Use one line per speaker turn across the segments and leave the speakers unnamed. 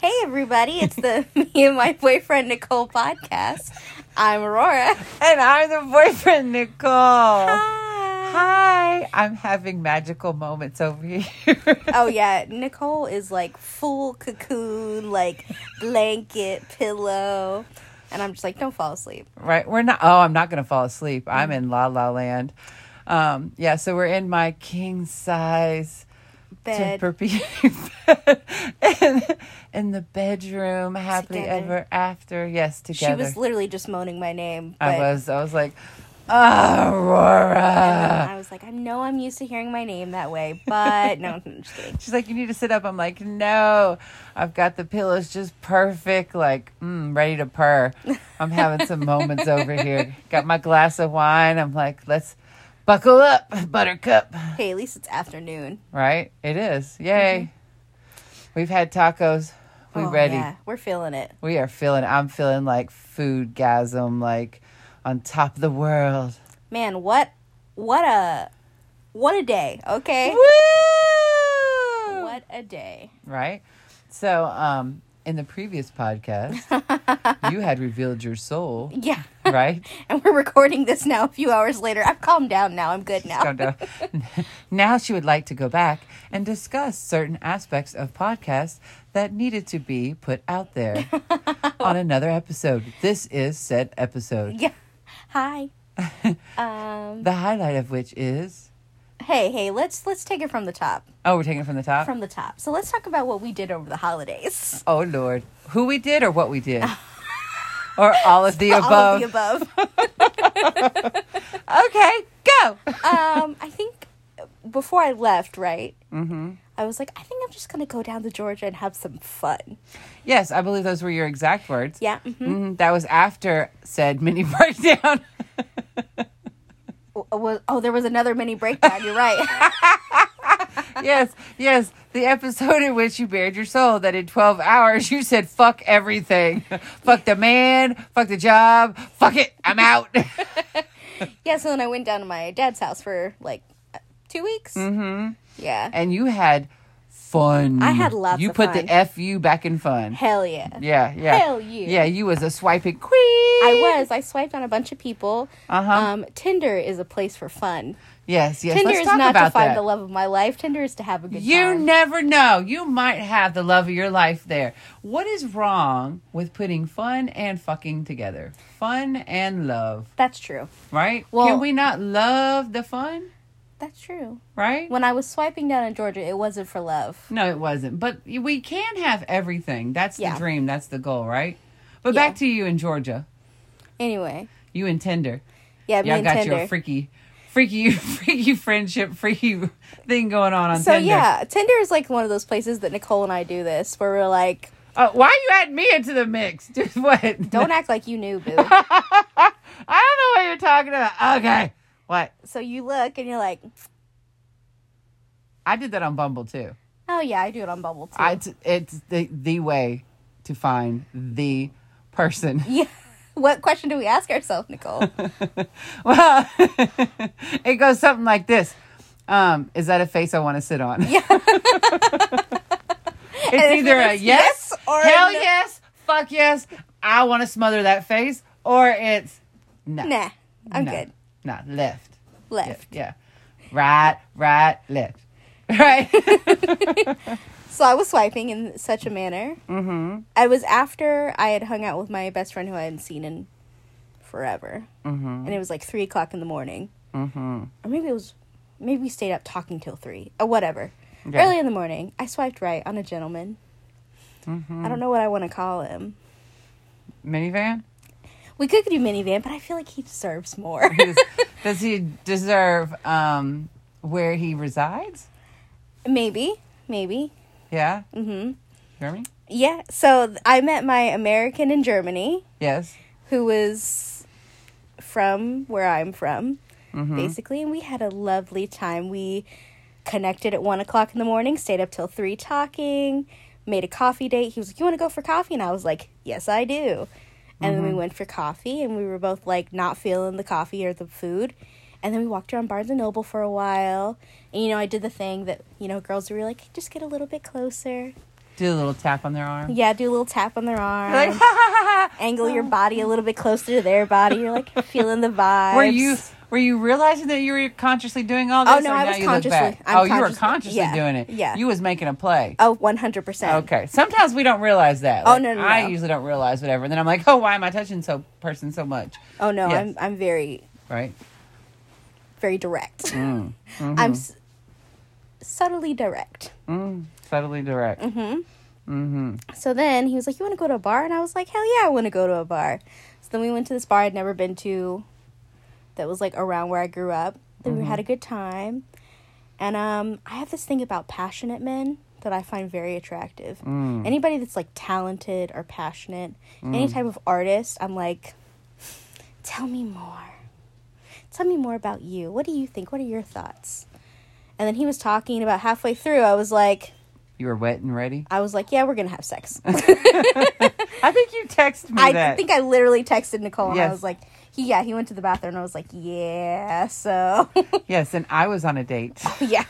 Hey, everybody, it's the Me and My Boyfriend Nicole podcast. I'm Aurora.
And I'm the boyfriend, Nicole.
Hi.
Hi. I'm having magical moments over here.
Oh, yeah, Nicole is like full cocoon, like blanket, pillow. And I'm just like, don't fall asleep.
right? We're not, oh, I'm not going to fall asleep. I'm in La La Land. Um, yeah, so we're in my king size
Bed.
temper bed in, in the bedroom, happily
Together.
ever after. Yes,
she
together.
was literally just moaning my name. But
I was, I was like, Aurora.
I was like, I know I'm used to hearing my name that way, but no, I'm just kidding.
She's like, you need to sit up. I'm like, no, I've got the pillows just perfect, like, mm, ready to purr. I'm having some moments over here. Got my glass of wine. I'm like, let's buckle up, buttercup.
Hey, at least it's afternoon.
Right? It is. Yay. We've had tacos. We
Mm-hmm. Oh,
ready.
Yeah, we're feeling it.
We are feeling, I'm feeling like food gasm, like on top of the world.
Man, what, what a, what a day, okay?
Woo!
What a day.
right? So, um, in the previous podcast, you had revealed your soul,
Yeah.
right?
And we're recording this now a few hours later. I've calmed down now. I'm good now.
Don't know. now she would like to go back and discuss certain aspects of podcasts that needed to be put out there on another episode. This is said episode,
Yeah. Hi. um
the highlight of which is
hey, hey, let's let's take it from the top.
oh, we're taking it from the top.
From the top. So let's talk about what we did over the holidays.
oh Lord, who we did or what we did. Or all of the above.
All of the above.
Okay, go.
um I think before I left, right? Mm-hmm. I was like, I think I'm just gonna go down to Georgia and have some fun.
Yes, I believe those were your exact words.
Yeah. mhm.
Mhm, that was after said mini breakdown.
W- was- Oh, there was another mini breakdown. You're right.
yes, yes. The episode in which you bared your soul that in 12 hours you said, fuck everything. fuck the man, fuck the job, fuck it, I'm out.
yeah. So then I went down to my dad's house for like uh, two weeks. Mm-hmm. Yeah.
and you had fun.
I had lots
You
of
put
fun.
the F you back in fun.
Hell yeah.
Yeah, yeah.
Hell yeah.
Yeah, you was a swiping queen. I
I was. I swiped on a bunch of people.
Uh-huh.
Um, Tinder is a place for fun.
Yes, yes.
Tinder
Let's
is
talk
not
about
to find
that.
the love of my life. Tinder is to have a good
You
time.
never know. You might have the love of your life there. What is wrong with putting fun and fucking together? Fun and love,
That's true.
right?
Well-
Can we not love the fun,
That's true.
right?
When I was swiping down in Georgia, it wasn't for love.
no, it wasn't. But we can have everything. That's
Yeah.
the dream. That's the goal, right? But
Yeah.
back to you in Georgia.
Anyway,
You and Tinder.
yeah, me
Y'all
and
got
Tinder.
your freaky, freaky, freaky friendship, freaky thing going on on
so
Tinder.
yeah, Tinder is like one of those places that Nicole and I do this, where we're like,
Uh, why you add me into the mix? Dude, what?
"Don't act like you knew, boo."
I don't know what you're talking about. Okay. What?
so you look and you're like,
I did that on Bumble too.
"Oh yeah, I do it on Bumble too."
I t- it's the the way to find the person.
yeah. What question do we ask ourselves, Nicole?
Well, it goes something like this. Um, is that a face I want to sit on?
Yeah.
it's either a
it's
yes,
yes or a
hell
no.
yes, fuck yes, I want to smother that face, or it's no,
nah, I'm
no,
good.
no, left,
Left.
yeah, right, right, left, right.
So I was swiping in such a manner. Mm-hmm. I was after I had hung out with my best friend who I hadn't seen in forever, mm-hmm. and it was like three o'clock in the morning, mm-hmm. or maybe it was maybe we stayed up talking till three or whatever.
Yeah.
Early in the morning, I swiped right on a gentleman. I don't know what I want to call him.
Minivan.
We could do minivan, but I feel like he deserves more.
Does, does he deserve um, where he resides?
maybe, maybe,
Yeah. Mm-hmm. Germany?
yeah. So th- I met my American in Germany.
Yes.
who was from where I'm from, basically, and we had a lovely time. We connected at one o'clock in the morning, stayed up till three talking, made a coffee date. He was like, "You want to go for coffee?" And I was like, "Yes, I do." And then we went for coffee, and we were both like not feeling the coffee or the food. And then we walked around Barnes and Noble for a while, and you know I did the thing that you know girls were like, just get a little bit closer,
Do a little tap on their arm.
Yeah, do a little tap on their arm.
Like, ha ha ha ha.
angle your body a little bit closer to their body. You're like feeling the vibe.
Were you were you realizing that you were consciously doing all this?
Oh, no,
or
I
now
was
you look back?
consciously- I'm
oh, you were
consciously-
consciously
yeah,
doing it.
yeah.
you was making a play.
Oh, 100%.
Okay. Sometimes we don't realize that.
Oh,
Like,
no, no,
I
no.
usually don't realize whatever. And then I'm like, oh, why am I touching so person so much?
Oh no,
Yes.
I'm I'm very
Right.
very direct.
Mm.
I'm s- subtly direct.
Mm. Subtly direct.
hmm
Mm-hmm.
So then he was like, "You want to go to a bar?" And I was like, "Hell yeah, I want to go to a bar." So then we went to this bar I'd never been to, that was like around where I grew up. Then we had a good time, and um, I have this thing about passionate men that I find very attractive.
Mm.
Anybody that's like talented or passionate, any type of artist, I'm like, tell me more. Tell me more about you. What do you think? What are your thoughts? And then he was talking about halfway through. I was like,
You were wet and ready.
I was like, yeah, we're gonna have sex.
I think you texted me
I
that.
think I literally texted Nicole and
Yes.
I was like, he, yeah, he went to the bathroom and I was like, yeah, so
yes, and I was on a date.
yeah,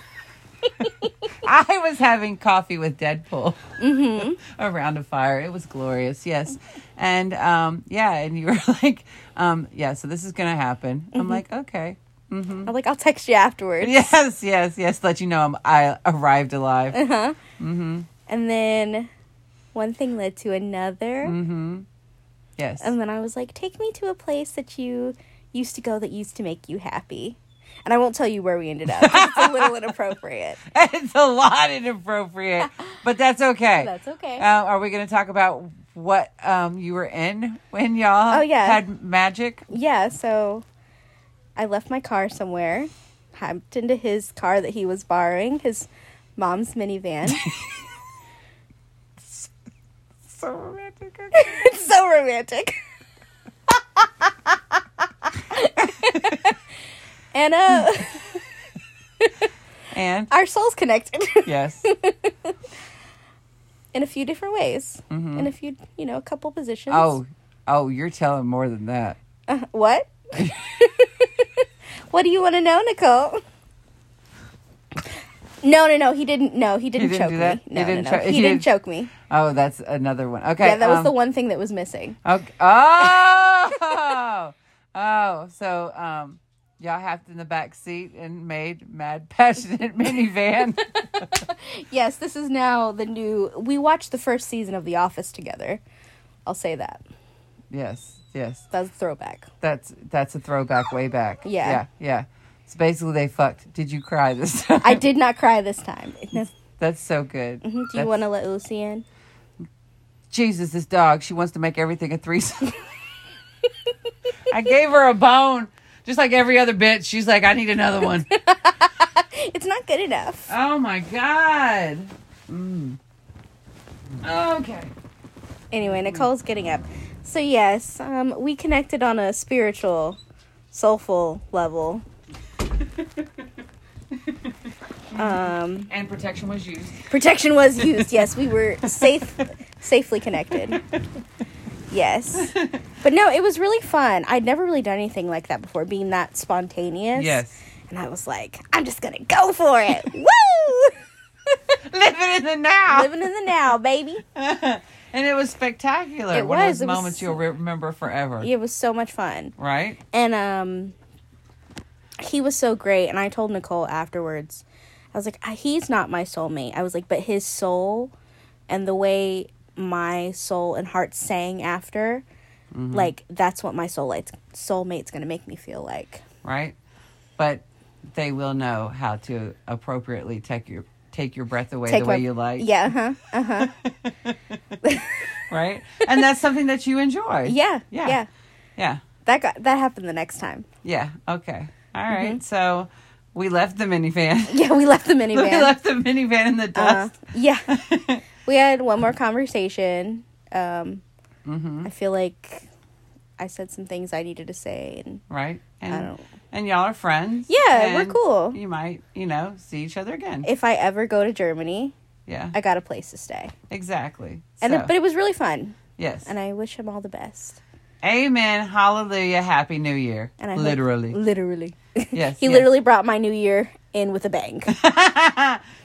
I was having coffee with Deadpool
Mm-hmm.
around a fire. It was glorious, yes. And um, yeah, and you were like, um, yeah, so this is going to happen.
Mm-hmm.
I'm like, okay. Mm-hmm.
I'm like, I'll text you afterwards.
Yes, yes, yes. Let you know I'm, I arrived alive.
And then one thing led to another,
hmm Yes.
and then I was like, take me to a place that you used to go that used to make you happy. And I won't tell you where we ended up. 'cause It's a little inappropriate.
it's a lot inappropriate, but that's okay.
That's okay.
Uh, are we going to talk about what um, you were in when y'all
Oh, yeah.
had magic?
Yeah, so I left my car somewhere, hopped into his car that he was borrowing, his mom's minivan.
So romantic.
it's so romantic. and uh,
And
our souls connected
yes,
in a few different ways, in a few, you know, a couple positions.
Mm-hmm. Oh, oh, you're telling more than that.
Uh, what? what do you want to know, Nicole? No, no, no. He didn't. No, he didn't,
didn't
choke
do that? He
me. No,
didn't
no, no.
cho-
he,
he
didn't
didn't-
choke me.
Oh, that's another one. Okay.
yeah, that was
um,
the one thing that was missing.
Okay. Oh, oh. So, um, y'all hopped in the back seat and made mad passionate minivan.
Yes, this is now the new. We watched the first season of The Office together. I'll say that.
yes, yes.
That's a throwback.
That's that's a throwback way back.
Yeah.
yeah, yeah. So basically, they fucked. Did you cry this time?
I did not cry this time. No.
That's so good.
Do you
That's-
want to let Lucy in?
Jesus, this dog, she wants to make everything a threesome. I gave her a bone. Just like every other bitch, she's like, I need another one.
It's not good enough.
oh my God. Mm. Okay.
Anyway, Nicole's getting up. So yes, um, we connected on a spiritual, soulful level. Um,
And protection was used.
protection was used. Yes, we were safe, safely connected. Yes, but no, it was really fun. I'd never really done anything like that before, being that spontaneous.
Yes.
and I was like, I'm just gonna go for it. Woo!
Living in the now.
Living in the now, baby.
and it was spectacular.
It
One of
was,
those
it was-
moments you'll re- remember forever.
It was so much fun.
Right?
And um he was so great and I told Nicole afterwards. I was like, "I- "He's not my soulmate." I was like, "But his soul and the way my soul and heart sang after,
Mm-hmm.
like that's what my soul soulmate's, soulmate's going to make me feel like."
Right? But they will know how to appropriately take your take your breath away the way
my-
you like.
Yeah, uh-huh. huh?
Right? and that's something that you enjoy.
Yeah.
Yeah.
Yeah.
Yeah.
That got that happened the next time.
Yeah. Okay. All
Mm-hmm.
right. So we left the minivan.
Yeah, we left the minivan.
we left the minivan in
Uh,
the dust.
yeah. we had one more conversation. Um,
Mm-hmm.
I feel like I said some things I needed to say, and
right. And
I don't.
and y'all are friends.
Yeah, we're
and
cool.
You might, you know, see each other again.
If I ever go to Germany,
yeah.
I got a place to stay.
exactly.
And
so,
it, but it was really fun,
yes.
and I wish him all the best.
Amen. Hallelujah. Happy New Year.
And I hope-
literally.
literally,
yes.
he
yes.
literally brought my new year in with a bang.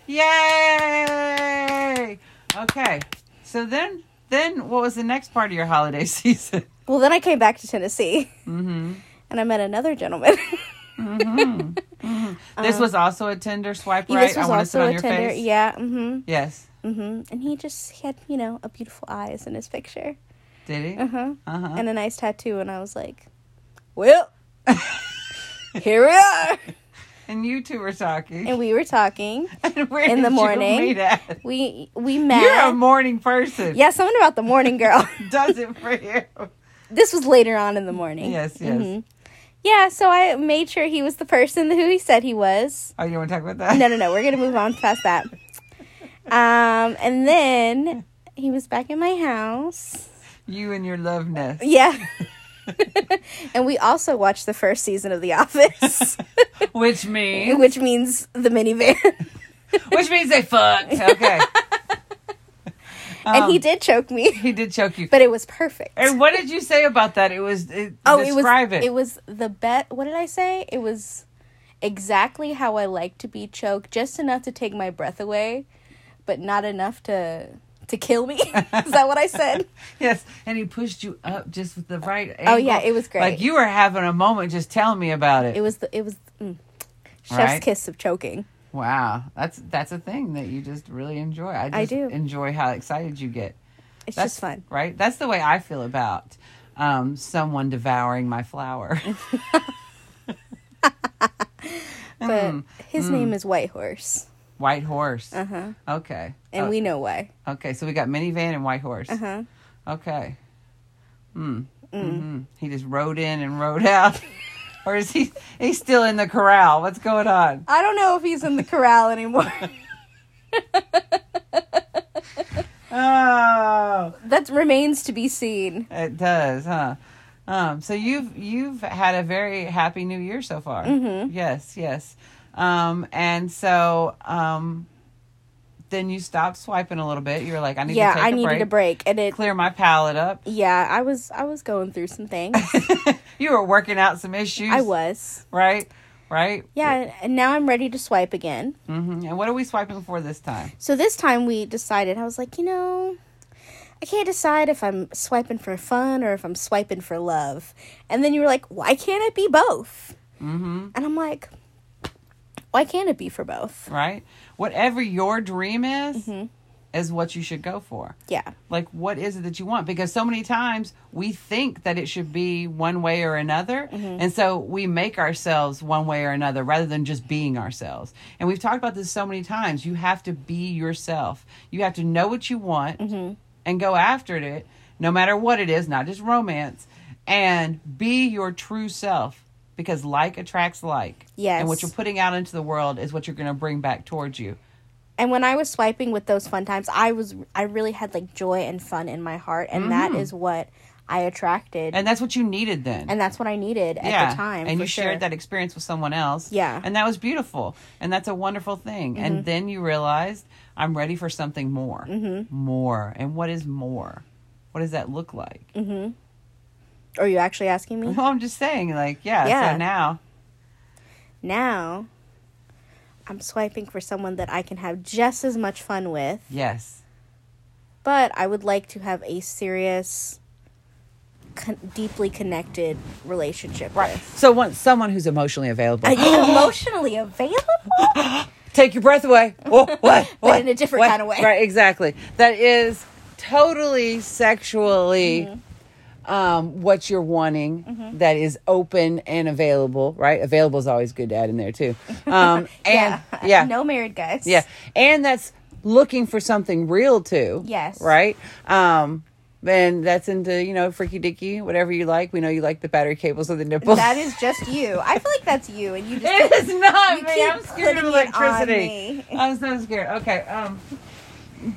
Yay! Okay. So then, then what was the next part of your holiday season? Mm-hmm.
Well, then I came back to Tennessee and I met another gentleman.
This was also a Tinder swipe, right?
Um, this
I
was
want to sit
also
on
a
your
tender.
face.
Yeah. Mm
Yes.
hmm. Mm hmm. And he just he had, you know, a beautiful eyes in his picture.
Did he?
Uh huh.
Uh-huh.
And a nice tattoo. And I was like, well, here we are.
And you two were talking.
And we were talking.
And where
in
did
the morning.
You meet at?
We we
You're a
met.
morning person.
yeah, something about the morning girl.
Does it for you?
this was later on in the morning.
Yes, yes.
Mhm. Yeah, so I made sure he was the person who he said he was.
Oh, you want to talk about that?
No, no, no. We're gonna move on past that. Um, and then he was back in my house.
You and your love nest.
Yeah. and we also watched the first season of The Office,
Which means,
which means the minivan.
which means they fucked. Okay.
and he
Um,
did choke me,
He did choke you.
but it was perfect.
and what did you say about that? It was. It,
oh, it was
describe it.
it was the bet. What did I say? It was exactly how I like to be choked, just enough to take my breath away, but not enough to to kill me. Is that what I said?
Yes, and he pushed you up just with the right. Angle.
Oh, yeah, it was great.
Like you were having a moment. Just tell me about it.
It was the it was mm, chef's
Right.
kiss of choking.
wow, that's that's a thing that you just really enjoy. I, just
I do.
enjoy how excited you get.
It's
That's
just fun.
right? That's the way I feel about um, someone devouring my flower.
But
mm,
his name is Whitehorse,
White horse. Uh-huh. Okay.
and
Oh,
we know why.
okay. So we got minivan and white horse.
Uh-huh. Mm.
Okay. Hmm. hmm He just rode in and rode out, or is he? He's still in the corral. What's going on?
I don't know if he's in the corral anymore.
Oh,
that remains to be seen.
it does, huh? Um, so you've you've had a very happy New Year so far. Mm-hmm. Yes, yes. Um, and so um, then you stopped swiping a little bit. You were like, I need
yeah,
to take
I
a
needed
break,
a break, and it.
clear my palate up.
Yeah, I was I was going through some things.
you were working out some issues.
I was.
right, right.
Yeah, and now I'm ready to swipe again.
hmm And what are we swiping for this time?
So this time we decided, I was like, you know, I can't decide if I'm swiping for fun or if I'm swiping for love. And then you were like, why can't it be both? Mm-hmm. And I'm like, why can't it be for both?
Right. Whatever your dream is, is what you should go for.
Yeah.
like what is it that you want because so many times we think that it should be one way or another and so we make ourselves one way or another rather than just being ourselves and we've talked about this so many times you have to be yourself you have to know what you want and go after it no matter what it is not just romance and be your true self because like attracts like and what
Yes.
you're putting out into the world is what you're going to bring back towards you
And when I was swiping with those fun times, I was I really had like joy and fun in my heart, and that is what I attracted, and,
Mm-hmm. and that's what you needed then
that's what I needed at the time.
And
for
you
sure.
shared that experience with someone else.
Yeah. Mm-hmm.
And that was beautiful. And that's a wonderful thing. And then you realized, I'm ready for something more. Mm-hmm. More. And what is more? What does that look like?
Mm-hmm. Are you actually asking me?
Well, I'm just saying, like, yeah.
Yeah.
So now,
now I'm swiping for someone that I can have just as much fun with,
yes.
but I would like to have a serious, con- deeply connected relationship with.
So, want someone who's emotionally available.
Are you emotionally available?
Take your breath away. Oh, what? what,
in a different
what?
kind of way.
Right, exactly. That is totally sexually
Mm-hmm.
um, what you're wanting that is open and available, right? Available is always good to add in there too. Um, and yeah. yeah.
No married guys.
Yeah. And that's looking for something real too.
Yes.
Right? Um and that's into, you know, freaky dicky, whatever you like. We know you like the battery cables or the nipples.
That is just you. I feel like that's you, and you just.
It is not
You
me.
keep
I'm scared
putting
of
it on
electricity.
me.
I'm so scared. Okay. Um,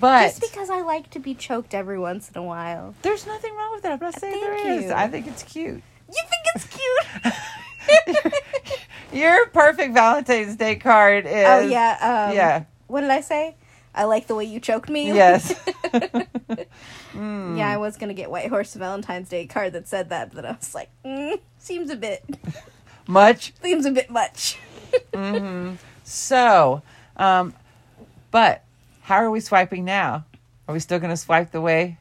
but
Just because I like to be choked every once in a while.
there's nothing wrong with that. I'm not saying there is.
Thank you.
I think it's cute.
You think it's cute?
Your perfect Valentine's Day card is.
oh, yeah. Um,
Yeah.
What did I say? I like the way you choked me.
Yes. Hmm.
Yeah, I was gonna get White Horse Valentine's Day card that said that, but I was like, mm, seems a bit,
Much.
seems a bit much.
So, um, but how are we swiping now? Are we still going to swipe the way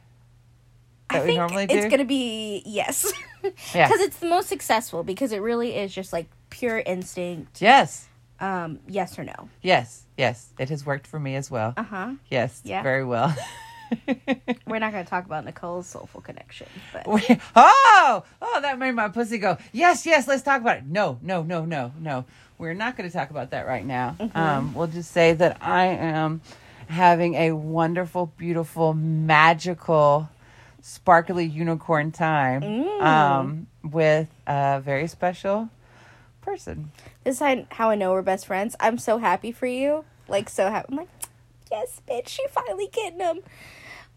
that
I
we
think
normally do?
it's going to be yes. Because
Yeah.
it's the most successful because it really is just like pure instinct.
yes.
Um, yes or no.
Yes. Yes. It has worked for me as well.
Uh huh.
Yes.
Yeah.
Very well.
We're not going to talk about Nicole's soulful connection, but
We- oh, oh, that made my pussy go. Yes, yes, let's talk about it. No, no, no, no, no. We're not going to talk about that right now. Um, we'll just say that I am having a wonderful, beautiful, magical, sparkly unicorn time um, with a very special person.
this is how I know we're best friends. I'm so happy for you. Like so happy. I'm like, yes, bitch, she finally getting him.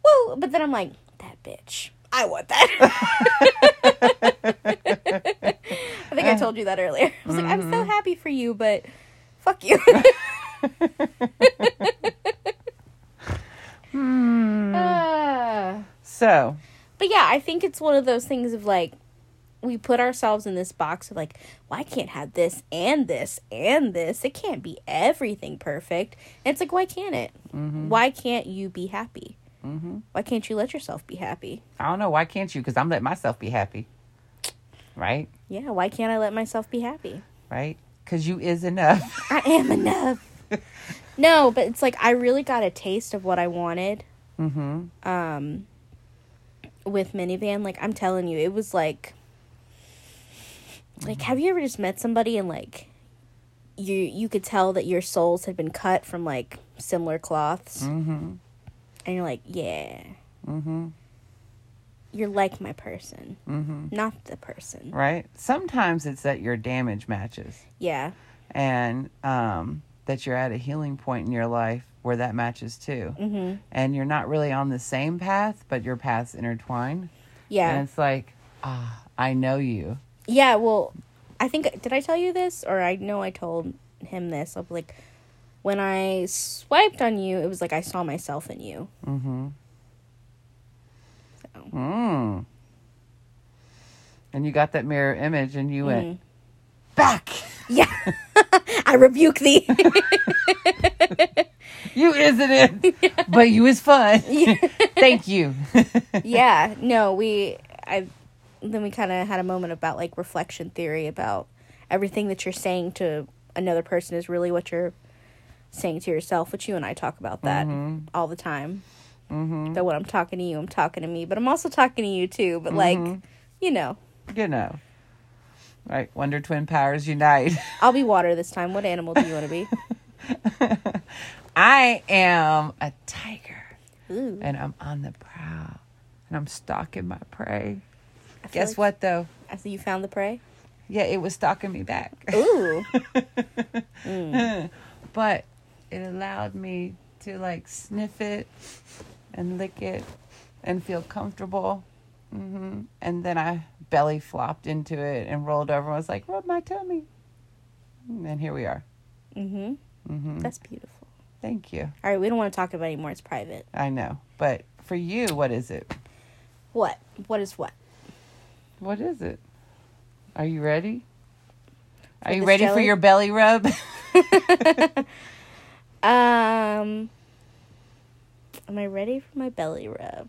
Whoa! But then I'm like, that bitch. I want that. I think I told you that earlier. I was like, I'm so happy for you, but fuck you. Ah.
So,
But yeah, I think it's one of those things of like we put ourselves in this box of like, well, I can't have this and this and this. It can't be everything perfect. And it's like, why can't it? Why can't you be happy? Why can't you let yourself be happy?
I don't know. Why can't you? Because I'm letting myself be happy. Right?
Yeah, why can't I let myself be happy?
Right? Because you is enough.
I am enough. no, but it's like I really got a taste of what I wanted.
Mm-hmm.
Um, with minivan, like I'm telling you, it was like, like have you ever just met somebody and like, you you could tell that your souls had been cut from like similar cloths,
Mm-hmm.
and you're like, yeah,
Mm-hmm.
you're like my person,
Mm-hmm.
not the person.
right? Sometimes it's that your damage matches
Yeah,
and um, that you're at a healing point in your life where that matches too.
mm-hmm.
And you're not really on the same path, but your paths intertwine.
yeah,
And it's like, ah, I know you.
yeah. Well, I think did I tell you this, or I know I told him this. Of like, when I swiped on you, it was like I saw myself in you.
Mm-hmm.
So.
Mm. And you got that mirror image and you went
Mm-hmm.
back.
Yeah. I rebuke thee.
You isn't it? But you is fun. Thank you.
yeah. No, we I then we kind of had a moment about like reflection theory about everything that you're saying to another person is really what you're saying to yourself, which you and I talk about that all the time. Mm-hmm. That when I'm talking to you, I'm talking to me, but I'm also talking to you too. But like, you know,
you know. Right. Wonder Twin Powers Unite.
I'll be water this time. What animal do you want to be?
I am a tiger
Ooh,
and I'm on the prowl and I'm stalking my prey.
I feel
Guess
like-
what though?
I see you found the prey.
Yeah, it was stalking me back.
Ooh,
but it allowed me to like sniff it and lick it and feel comfortable. hmm And then I belly flopped into it and rolled over and was like, rub my tummy. And here we are.
mm-hmm.
hmm
that's beautiful.
Thank you.
All right, we don't want to talk about it anymore. It's private.
I know. But for you, what is it?
What? What is what?
What is it? Are you ready? Are you
this
ready for
jelly?
your belly rub?
Um, am I ready for my belly rub?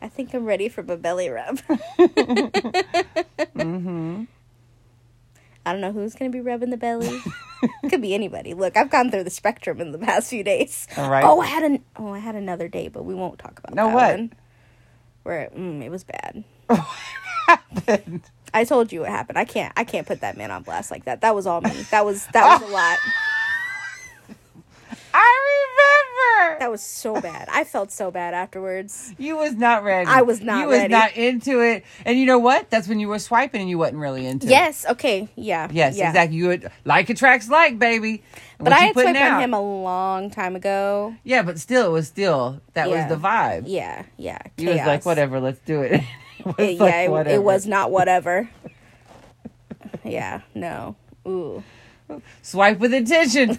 I think I'm ready for my belly rub.
mm-hmm.
I don't know who's gonna be rubbing the belly. Could be anybody. Look, I've gone through the spectrum in the past few days.
All right.
Oh, I had an oh, I had another day, but we won't talk about
Now
that
what?
one. Where mm, it was bad.
happened?
I told you what happened. I can't. I can't put that man on blast like that. That was all me. That was that was a lot.
I remember.
That was so bad. I felt so bad afterwards.
You was not ready.
I was not
You was
ready.
not into it. And you know what? That's when you were swiping and you wasn't really into it.
Yes. Okay. Yeah.
Yes,
yeah.
exactly. You would, like attracts like, baby. And
But
what
I
you
had
putting
swiped on
out-
him a long time ago.
Yeah, but still, it was still that
Yeah.
was the vibe.
Yeah. Yeah. Chaos.
You was like, whatever, let's do it. It was
It-
like,
yeah. It, it
whatever.
was not whatever. yeah. No. Ooh.
swipe with intention.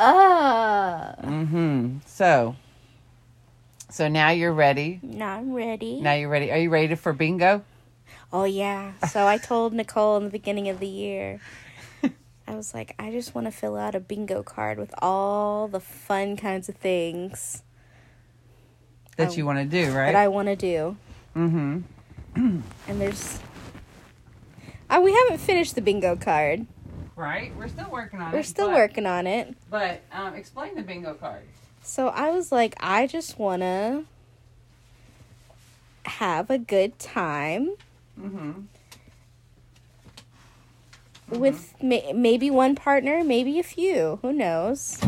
Uh,
mm-hmm. So, so now you're ready.
now I'm ready.
Now you're ready. Are you ready for bingo?
Oh yeah. So I told Nicole in the beginning of the year. I was like, I just want to fill out a bingo card with all the fun kinds of things Oh.
that you want to do, right?
that I want to do.
mm-hmm.
And there's. Uh, we haven't finished the bingo card.
Right. We're still working on it.
We're still
but-
working on it.
But um, explain the bingo card.
So I was like, I just want to have a good time
Mm-hmm.
with ma- maybe one partner, maybe a few. Who knows?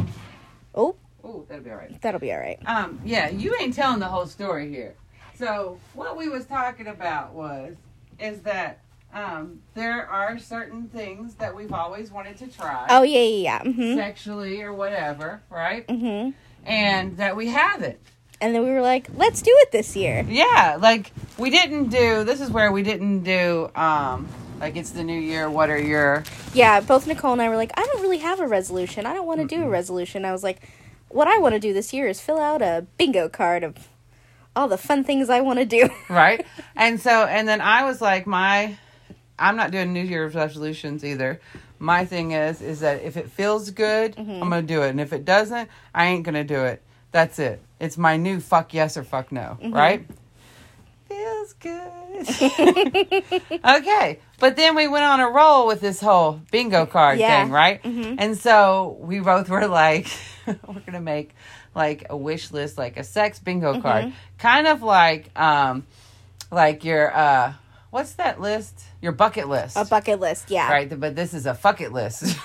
Oh,
Oh, that'll be all right.
that'll be all right.
Um, yeah, you ain't telling the whole story here. So what we was talking about was is that um, there are certain things that we've always wanted to try
Oh, yeah, yeah, yeah. Mm-hmm.
sexually or whatever, right?
Mm-hmm.
And that we haven't.
And then we were like, let's do it this year.
Yeah, like we didn't do. This is where we didn't do. Um, like it's the new year. What are your
Yeah, both Nicole and I were like, I don't really have a resolution. I don't want to do a resolution. I was like, what I want to do this year is fill out a bingo card of all the fun things I want to do.
right? and so, and then I was like, my, I'm not doing New Year's resolutions either. My thing is, is that if it feels good, I'm gonna do it, and if it doesn't, I ain't gonna do it. That's it. It's my new fuck yes or fuck no, right? Feels good. okay, but then we went on a roll with this whole bingo card
Yeah.
thing, right? And so we both were like, we're gonna make like a wish list, like a sex bingo card, kind of like um, like your uh, what's that list? Your bucket list,
a bucket list, yeah.
right? But this is a bucket list,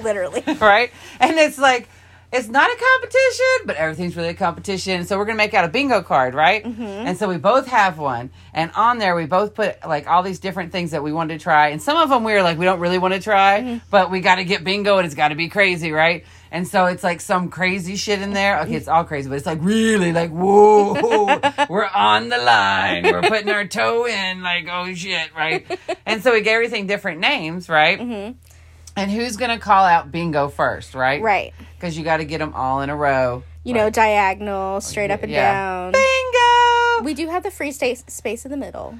Literally.
right? And it's like. It's not a competition, but everything's really a competition. So we're gonna make out a bingo card, right? And so we both have one, and on there we both put like all these different things that we wanted to try, and some of them we were like we don't really want to try, but we got to get bingo, and it's got to be crazy, right? And so it's like some crazy shit in there. Okay, it's all crazy, but it's like really like whoa, we're on the line, we're putting our toe in, like oh shit, right? And so we gave everything different names, right? And who's gonna call out bingo first, right?
Right.
because you got to get them all in a row.
You know, diagonal, straight up and
Yeah.
down.
Bingo!
We do have the free sta- space in the middle.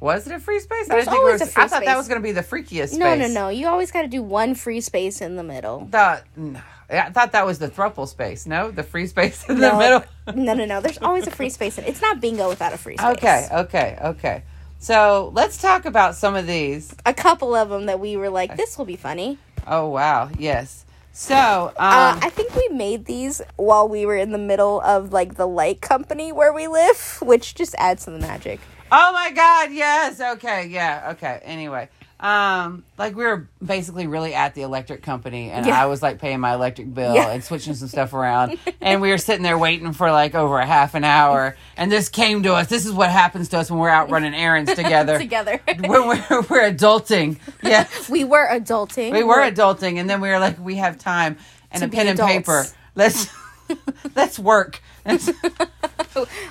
was it a free space?
There's
it
always
was-
a free
I thought
space.
that was going to be the freakiest space.
No, no, no. You always got to do one free space in the middle.
Thought, no. I thought that was the thruple space. No, the free space in the
No.
middle.
no, no, no. There's always a free space. In- it's not bingo without a free space.
Okay, okay, okay. So let's talk about some of these.
A couple of them that we were like, this will be funny.
Oh wow, yes. So,
Uh,
um,
I think we made these while we were in the middle of like the light company where we live, which just adds to the magic.
oh my god, yes. Okay, yeah, okay. Anyway, um, like we were basically really at the electric company, and
Yeah.
I was like paying my electric bill
Yeah.
and switching some stuff around, and we were sitting there waiting for like over a half an hour, and this came to us. This is what happens to us when we're out running errands together.
Together,
When we're, we're adulting, yeah,
we were adulting.
we were adulting, and then we were like, we have time and
To
a
be
pen and
adults.
paper. Let's let's work. Let's-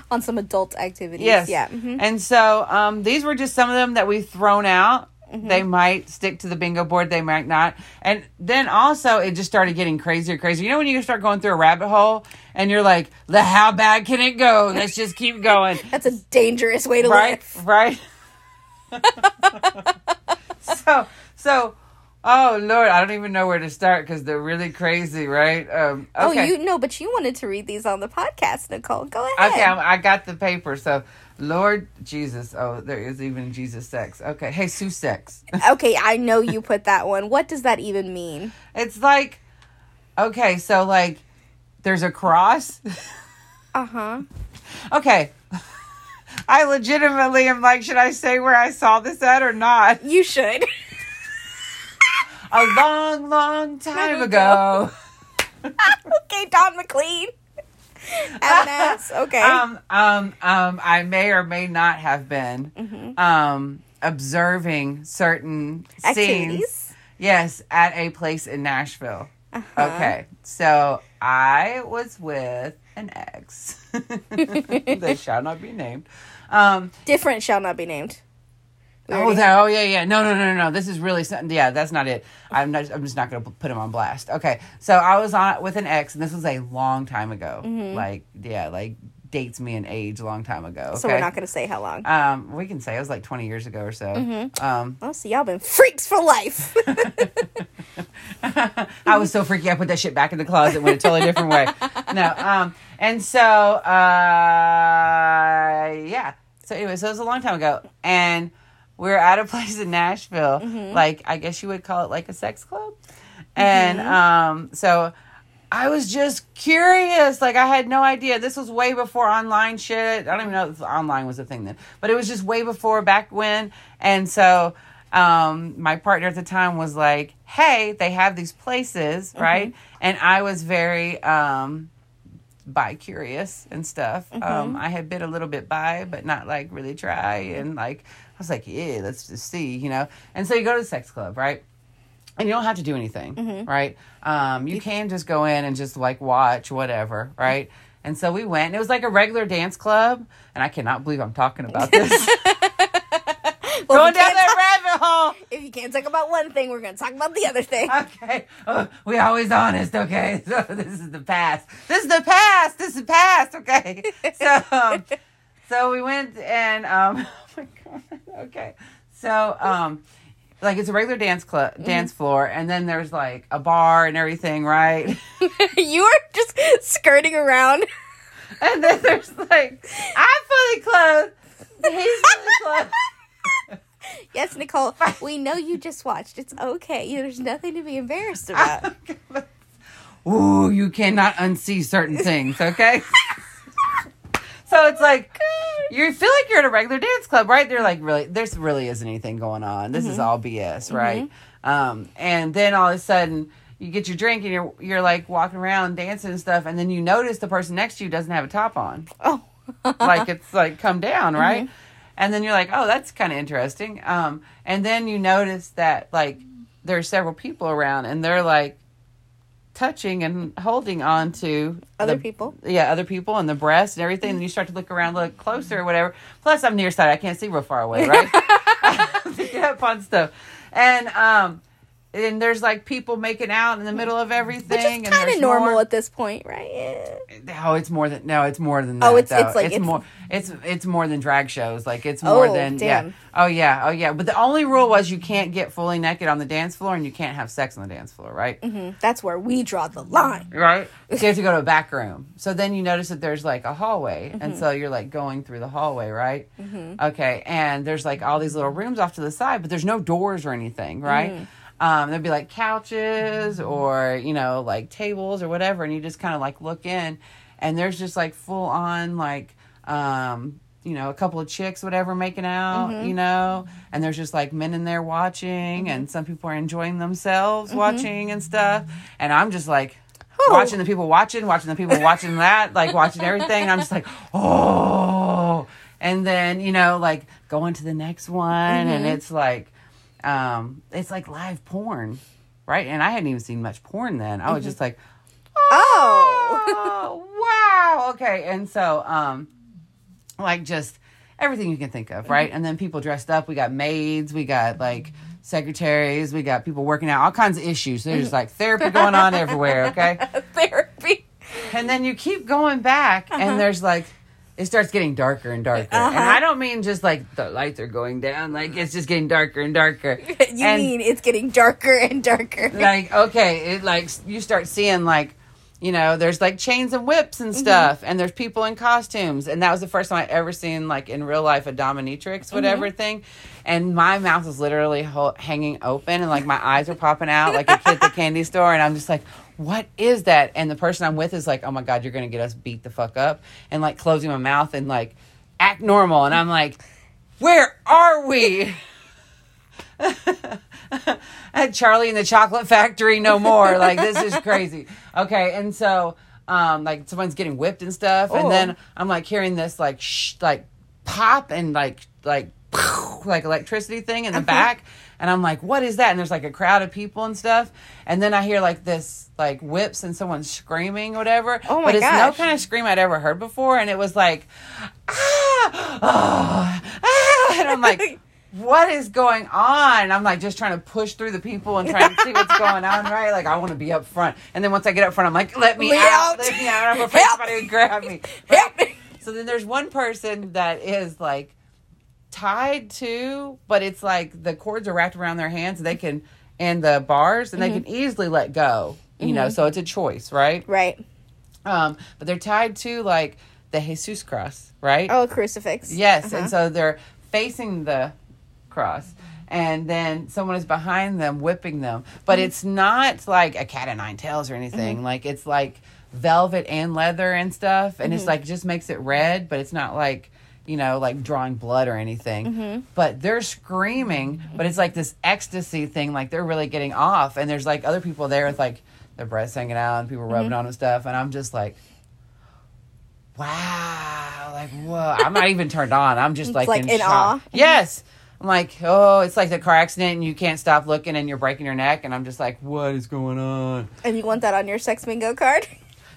on some adult activities.
Yes.
Yeah. mhm.
And so um, these were just some of them that we've thrown out.
Mm-hmm.
They might stick to the bingo board. They might not. And then also, it just started getting crazier, crazier. You know when you start going through a rabbit hole and you're like, "The how bad can it go? Let's just keep going."
That's a dangerous way to
right.
live.
Right. so so. Oh Lord, I don't even know where to start because they're really crazy, right? Um,
Oh,
okay.
you no, but you wanted to read these on the podcast, Nicole. Go ahead.
Okay, I'm, I got the paper. So, Lord Jesus. Oh, there is even Jesus sex. Okay, hey, Sue sex.
okay, I know you put that one. What does that even mean?
It's like, okay, so like, there's a cross.
Uh huh.
Okay, I legitimately am like, should I say where I saw this at or not?
You should.
A long, long time
Time
ago.
okay, Don McLean. Have an ass. Okay.
Um, um, um, I may or may not have been
Mm-hmm.
um observing certain scenes.
Activities. Uh-huh.
Yes, at a place in Nashville. Okay. So I was with an ex. they shall not be named. Um,
Different shall not be named. We
oh,
already-
that, oh, yeah, yeah. No, no, no, no, no. This is really something. Yeah, that's not it. I'm not. I'm just not going to put him on
Mm-hmm.
blast. Okay. So I was on with an ex, and this was a long time ago. Like, yeah, like dates me in age a long time ago.
So we're not going to say how long.
Um, we can say it was like 20 years ago or so. Um,
Oh, so y'all been freaks for life.
I was so freaky. I put that shit back in the closet, went a totally different way. No. Um, and so, uh, yeah. So anyway, so it was a long time ago, and we were at a place in Nashville. Like I guess you would call it like a sex club. And um, so I was just curious. Like I had no idea. This was way before online shit. I don't even know if online was a thing then, but it was just way before back when. And so um, my partner at the time was like, "Hey, they have these places, right?" And I was very um, bi curious and stuff. Um, I had been a little bit bi, but not like really try. And like I was like, "Yeah, let's just see," you know. And so you go to the sex club, right? and you don't have to do anything,
Mm-hmm.
right? Um, you can just go in and just like watch whatever, right? And so we went, and it was like a regular dance club, and I cannot believe I'm talking about this.
Well,
Going
if, you
down
can't,
that rabbit hole.
if you can't talk about one thing, we're going to talk about the other thing.
Okay, oh, we always honest. Okay, so this is the past. This is the past. This is the past. Okay, so um, so we went and um, oh my god. Okay, so um, like it's a regular dance club,
Mm-hmm.
dance floor, and then there's like a bar and everything, right?
you are just skirting around.
And then there's like, I'm fully clothed. He's fully clothed.
Yes, Nicole, we know you just watched. It's okay. You, there's nothing to be embarrassed
Uh,
about.
Ooh, you cannot unsee certain things, okay? so it's like you feel like you're at a regular dance club, right? They're like, really, this really isn't anything going on. This is all BS, right? Um, and then all of a sudden, you get your drink and you're you're like walking around dancing and stuff, and then you notice the person next to you doesn't have a top on.
Oh,
like it's like come down, right?
Mm-hmm.
And then you're like, oh, that's kind of interesting. Um, and then you notice that like there are several people around, and they're like touching and holding on to
Other
the-
people? Mm-hmm.
Yeah, other people and the breasts and everything. And you start to look around, look closer or whatever. Plus, I'm nearsighted; I can't see real far away, right? Get up on stuff, and um. And there's like people making out in the middle of everything,
which is
and
kind
there's
of normal
more-
at this point, right? Yeah.
Oh, it's more than no, it's more than that.
Oh, it's-
though.
it's like- it's-
more it's it's more than drag shows. Like it's more
Oh,
than yeah.
damn.
Oh yeah, oh yeah. But the only rule was you can't get fully naked on the dance floor and you can't have sex on the dance floor, right?
Mm, That's where we draw the
Oh.
line.
Right. So you have to go to a back room. So then you notice that there's like a hallway, and so you're like going through the hallway, right? Okay, and there's like all these little rooms off to the side, but there's no doors or anything, right? Um, there'd be like couches or you know like tables or whatever, and you just kind of like look in, and there's just like full on like um, you know, a couple of chicks, whatever, making out, you know, and there's just like men in there watching, and some people are enjoying themselves watching and stuff. And I'm just like watching the people watching, watching the people watching that, like watching everything. And I'm just like, oh. And then, you know, like going to the next one, and it's like, um, it's like live porn, right? And I hadn't even seen much porn then. I was just like,
Oh,
oh wow okay and so um like just everything you can think of right and then people dressed up we got maids we got like secretaries we got people working out all kinds of issues there's just like therapy going on everywhere okay
therapy.
and then you keep going back and there's like it starts getting darker and darker and i don't mean just like the lights are going down like it's just getting darker and darker
You
And-
mean it's getting darker and darker?
like okay it like you start seeing like you know there's like chains and whips and stuff and there's people in costumes and that was the first time i ever seen like in real life a dominatrix whatever thing and my mouth is literally ho- hanging open and like my eyes are popping out like a kid at the candy store and i'm just like what is that and the person i'm with is like oh my god you're gonna get us beat the fuck up and like closing my mouth and like act normal and i'm like where are we at Charlie and the Chocolate Factory no more. Like this is crazy. Okay, and so um like someone's getting whipped and stuff,
Oh.
and then I'm like hearing this like sh- like pop and like like like electricity thing
Uh-huh.
in the back, and I'm like, what is that? And there's like a crowd of people and stuff, and then I hear like this like whips and someone screaming whatever.
Oh my
But it's no
gosh.
kind of scream I'd ever heard before, and it was like ah, oh, ah, and I'm like, what is going on? And I'm like just trying to push through the people and trying to see what's going on, right? Like I want to be up front. And then once I get up front, I'm like, let me
Let
out,
out.
let me out. I'm afraid
Help.
somebody would grab me.
Help me.
So then there's one person that is like tied to, but it's like the cords are wrapped around their hands. And they can and the bars, and they can easily let go. You know, so it's a choice, right?
Right.
Um, but they're tied to like the Jesus cross, right?
Oh, a crucifix.
Yes, and so they're facing the cross, and then someone is behind them whipping them. But it's not like a cat of nine tails or anything. Like it's like velvet and leather and stuff, and it's like just makes it red, but it's not like you know like drawing blood or anything. But they're screaming, but it's like this ecstasy thing. Like they're really getting off, and there's like other people there with like their breasts hanging out and people rubbing on them stuff, and I'm just like wow like whoa i'm not even turned on i'm just like,
like
in,
in
shock.
awe.
yes i'm like oh it's like the car accident and you can't stop looking and you're breaking your neck and i'm just like what is going on
And you want that on your sex bingo card?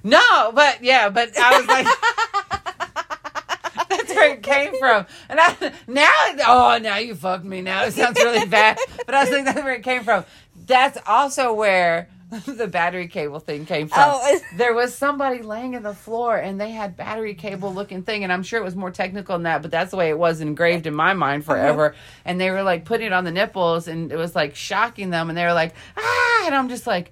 no but yeah but i was like that's where it came from and i now oh now you fucked me now it sounds really bad but i was like that's where it came from that's also where the battery cable thing came from
Oh, is-
there was somebody laying in the floor and they had battery cable looking thing and i'm sure it was more technical than that but that's the way it was engraved in my mind forever and they were like putting it on the nipples and it was like shocking them and they were like ah and i'm just like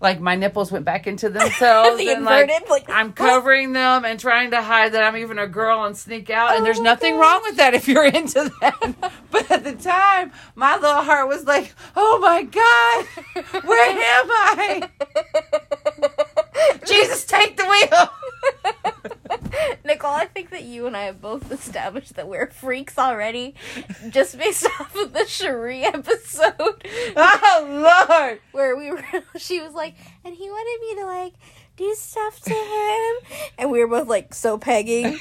like my nipples went back into themselves
The
and like,
inverted, like,
i'm covering them and trying to hide that i'm even a girl and sneak out and
Oh
there's
my
nothing
God.
wrong with that if you're into that but at the time my little heart was like oh my god where am i jesus take the wheel
Nicole, I think that you and I have both established that we're freaks already, just based off of the Cherie episode
Oh Lord!
where we were. She was like, and he wanted me to like do stuff to him, and we were both like so pegging,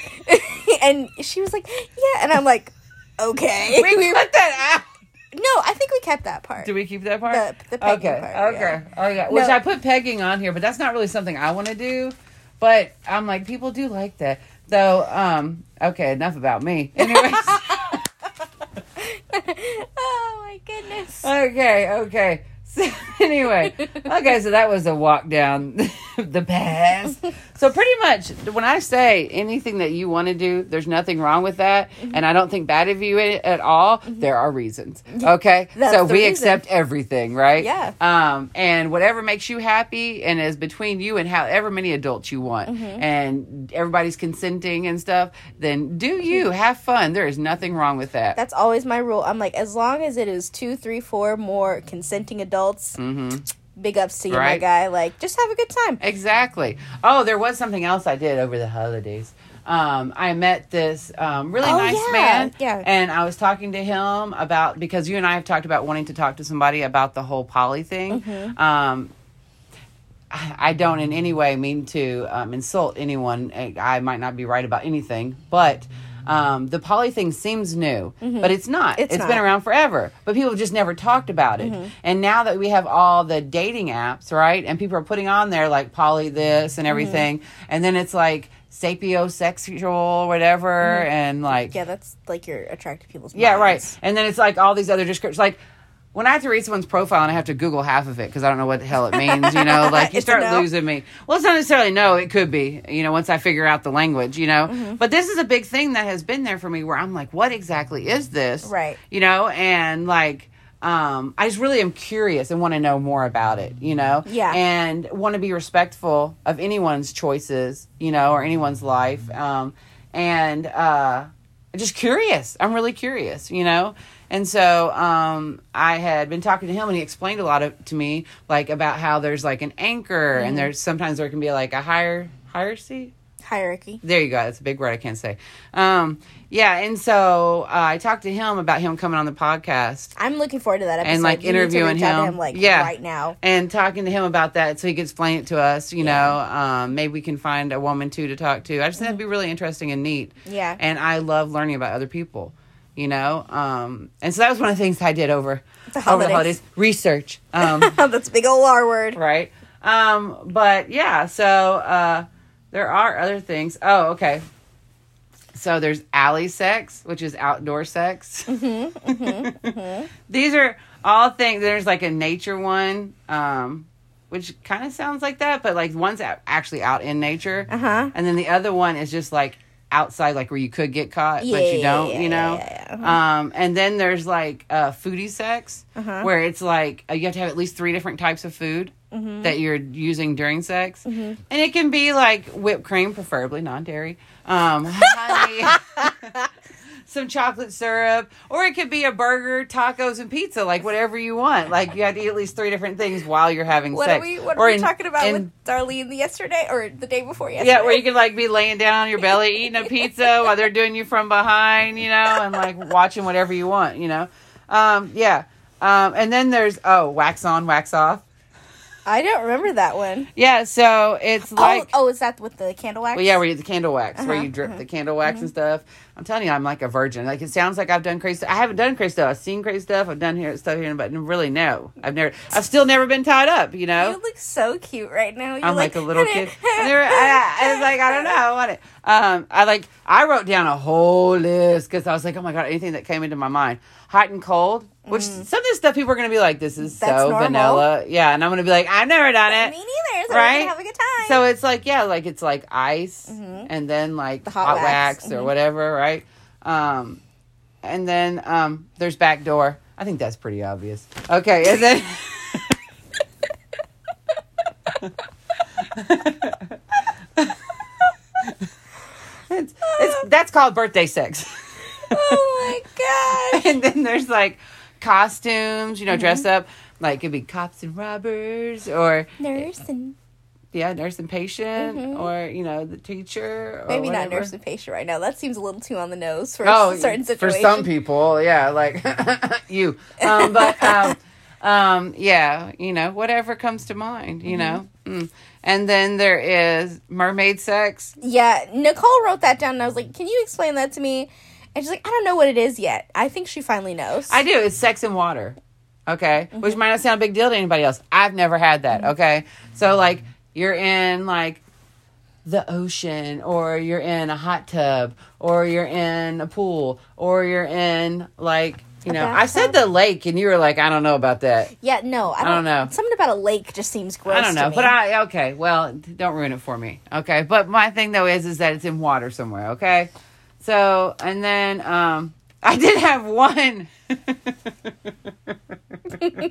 and she was like, yeah, and I'm like, okay,
We cut that out.
no, I think we kept that part.
Do we keep that part?
The- the pegging
okay,
part,
okay, okay. Which
No.
I put pegging on here, but that's not really something I want to do. But I'm like, people do like that, though. Um, okay, enough about me. Anyways,
oh my goodness.
okay, okay. So Uh, anyway, okay. So that was a walk down the path. So pretty much, when I say anything that you want to do, there's nothing wrong with that,
Mm-hmm.
and I don't think bad of you at, at all. There are reasons. Okay,
That's
so
the
we
reason.
accept everything, right?
Yeah.
Um, and whatever makes you happy and is between you and however many adults you want,
Mm-hmm.
and everybody's consenting and stuff, then do
Mm-hmm.
you have fun? There is nothing wrong with that.
That's always my rule. I'm like, as long as it is two, three, four more consenting adults,
Mm-hmm.
big ups to you, my
Mm. Right.
guy. Like, just have a good time.
exactly. Oh, there was something else I did over the holidays. Um, I met this um, really
Oh,
nice
yeah,
man,
yeah.
and I was talking to him about because you and I have talked about wanting to talk to somebody about the whole poly thing.
Mm-hmm.
Um, I I don't in any way mean to um, insult anyone. I I might not be right about anything, but um, the poly thing seems new, but it's not.
Mm-hmm. It's
it's been
not.
around forever, but people have just never talked about it.
Mm-hmm.
And now that we have all the dating apps, right? And people are putting on there like poly this
Mm-hmm.
and everything, and then it's like sapiosexual, whatever, and like
Yeah, that's like your attractive people's
yeah,
Mm-hmm. minds.
right. And then it's like all these other descriptions. Like when I have to read someone's profile and I have to Google half of it because I don't know what the hell it means, you know, like you
It's a
start
no.
losing me. Well, it's not necessarily no, it could be, you know, once I figure out the language, you know.
Mm-hmm.
But this is a big thing that has been there for me where I'm like, what exactly is this?
Right.
You know, and like, um, I just really am curious and want to know more about it, you know?
Yeah.
And want to be respectful of anyone's choices, you know, or anyone's life. Um, and uh, just curious. I'm really curious, you know? And so um, I had been talking to him, and he explained a lot of, to me, like about how there's like an anchor, and there's sometimes there can be like a higher hierarchy,
Hierarchy.
there you go. That's a big word I can't say. Um, yeah, and so uh, I talked to him about him coming on the podcast
I'm looking forward to that episode.
and like
You need to
interviewing
reach out
him.
to like
yeah,
right now.
and talking to him about that so he could explain it to us. You know, um, maybe we can find a woman too to talk to. I just think that'd be really interesting and neat.
Yeah.
and I love learning about other people. You know, um, and so that was one of the things I did over
The
over the
holidays.
holidays research. Um,
Oh, that's a big old R word.
right? Um, but yeah, so uh, there are other things. Oh, okay. So there's alley sex, which is outdoor sex. These are all things. There's like a nature one, um, which kind of sounds like that, but like one's a- actually out in nature,
Uh-huh.
and then the other one is just like outside, like where you could get caught,
Yeah,
but you
yeah,
don't,
yeah,
you know?
yeah, uh-huh. yeah,
Um, and then there's like uh, foodie sex,
Uh-huh.
where it's like uh, you have to have at least three different types of food
Mm-hmm.
that you're using during sex. And it can be like whipped cream, preferably non dairy, um, honey, some chocolate syrup, or it could be a burger, tacos, and pizza, like whatever you want. Like you have to eat at least three different things while you're having
What
sex.
are we What are
Or
we
in-
talking about
in
with Darlene yesterday or the day before yesterday?
yeah, where you could like be laying down on your belly eating a pizza while they're doing you from behind, you know, and like watching whatever you want, you know. Um, yeah. Um, and then there's oh, wax on, wax off.
I don't remember that one.
Yeah, so it's like
oh, oh, is that with the candle wax?
well, yeah, where you the candle wax, where you
Uh-huh,
drip the candle wax
Mm-hmm.
and stuff. I'm telling you, I'm like a virgin. Like it sounds like I've done crazy. stuff. I haven't done crazy stuff. I've seen crazy stuff. I've done here stuff here, but really, no, I've never. I've still never been tied up. You know,
You look so cute right now. You're
Oh. I'm like, a little kid. And they were- I, I was like, I don't know, I want it. Um, I like, I wrote down a whole list because I was like, oh my god, anything that came into my mind, hot and cold. Which some of this stuff people are gonna be like, this is
Mm. That's
so
normal.
vanilla, yeah. And I'm gonna be like, I've never done it.
Me neither. So
Right?
right? Have a good time.
So it's like yeah, like it's like ice and then like
Mm-hmm. hot
hot, wax,
wax. Mm-hmm.
or whatever, right? Um, and then um, there's back door. I think that's pretty obvious. Okay, and then it's, it's, that's called birthday sex.
oh my gosh.
and then there's like costumes, you know, dress
Mm-hmm.
up. Like it could be cops and robbers, or
Nurse and
yeah, nurse and patient, or you know, the teacher. Or
Mm-hmm. maybe not
whatever.
nurse and patient right now. That seems a little too on the nose for
Oh,
certain
for
situations.
some people, yeah, like you. Um, but um, um, yeah, you know, whatever comes to mind, you know.
Mm-hmm.
Mm. And then there is mermaid sex.
Yeah, Nicole wrote that down, and I was like, "Can you explain that to me?" And she's like, "I don't know what it is yet. I think she finally knows."
I do. It's sex and water. Okay. Which might not sound a big deal to anybody else. I've never had that. Okay. So, like, you're in, like, the ocean, or you're in a hot tub, or you're in a pool, or you're in, like, you
A
know, I said the lake, and you were like, I don't know about that.
yeah, no, I don't,
know.
Something about a lake just seems gross.
I don't know,
to me.
but I okay. Well, d- don't ruin it for me. Okay, but my thing though is is that it's in water somewhere. Okay, so and then um, I did have one, which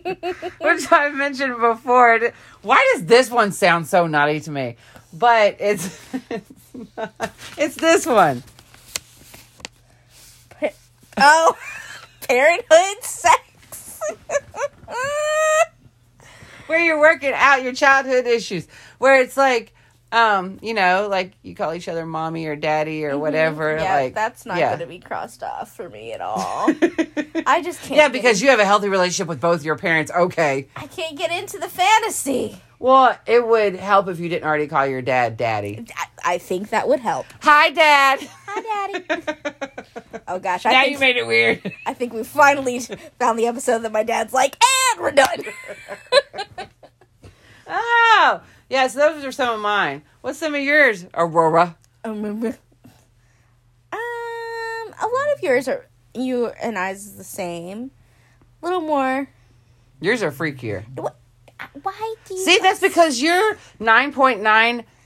I mentioned before. It- Why does this one sound so naughty to me? But it's it's, not- it's this one.
oh, Parenthood sex.
where you're working out your childhood issues where it's like um you know like you call each other mommy or daddy or whatever
Mm-hmm. yeah,
like
that's not
yeah.
going to be crossed off for me at all. I just can't.
Oh. yeah
get
because
in-
you have a healthy relationship with both your parents okay
I can't get into the fantasy.
well it would help if you didn't already call your dad daddy
I, I think that would help.
hi dad
Hi, Daddy. oh gosh, I
now
think
you made it weird
I think we finally found the episode that my dad's like, and we're done.
oh yeah so those are some of mine what's some of yours aurora
um, a lot of yours are you and I's is the same. A little more.
yours are freakier
What, why do you
See, that's because you're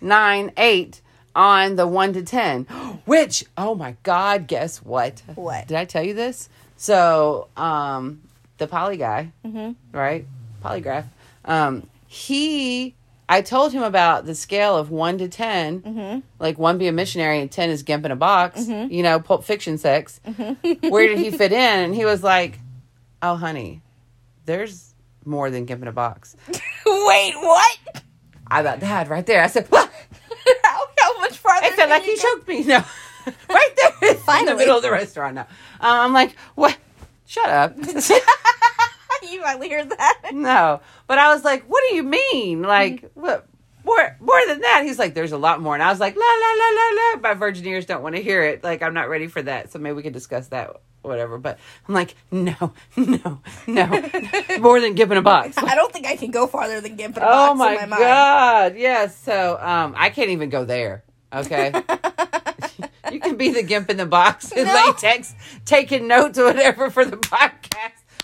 9.998 on the 1 to 10, which, oh my God, guess what?
What?
Did I tell you this? So, um, the poly guy, right? Polygraph. Um, he, I told him about the scale of 1 to 10, like 1 being missionary and 10 is gimp in a box, you know, Pulp Fiction sex. Where did he fit in? And he was like, oh, honey, there's more than gimp in a box.
wait? What?
I about died right there. I said, "What?"
how, how much farther?
I felt
can
like he
you go?
choked me. No, right there in the
Finally.
middle of the restaurant. Now um, I'm like, "What? Shut up!"
you finally heard that.
no, but I was like, "What do you mean? Like
Mm-hmm.
what?" More, more than that, he's like, "There's a lot more," and I was like, "La la la la la." My virgin ears don't want to hear it. Like I'm not ready for that. So maybe we could discuss that, whatever. But I'm like, "No, no, no, more than giving a box."
I don't think I can go farther than Gimp in a
Oh
box
my,
in my mind.
god! Yes. So um, I can't even go there. Okay. you can be the gimp in the box in
No.
latex, taking notes or whatever for the podcast,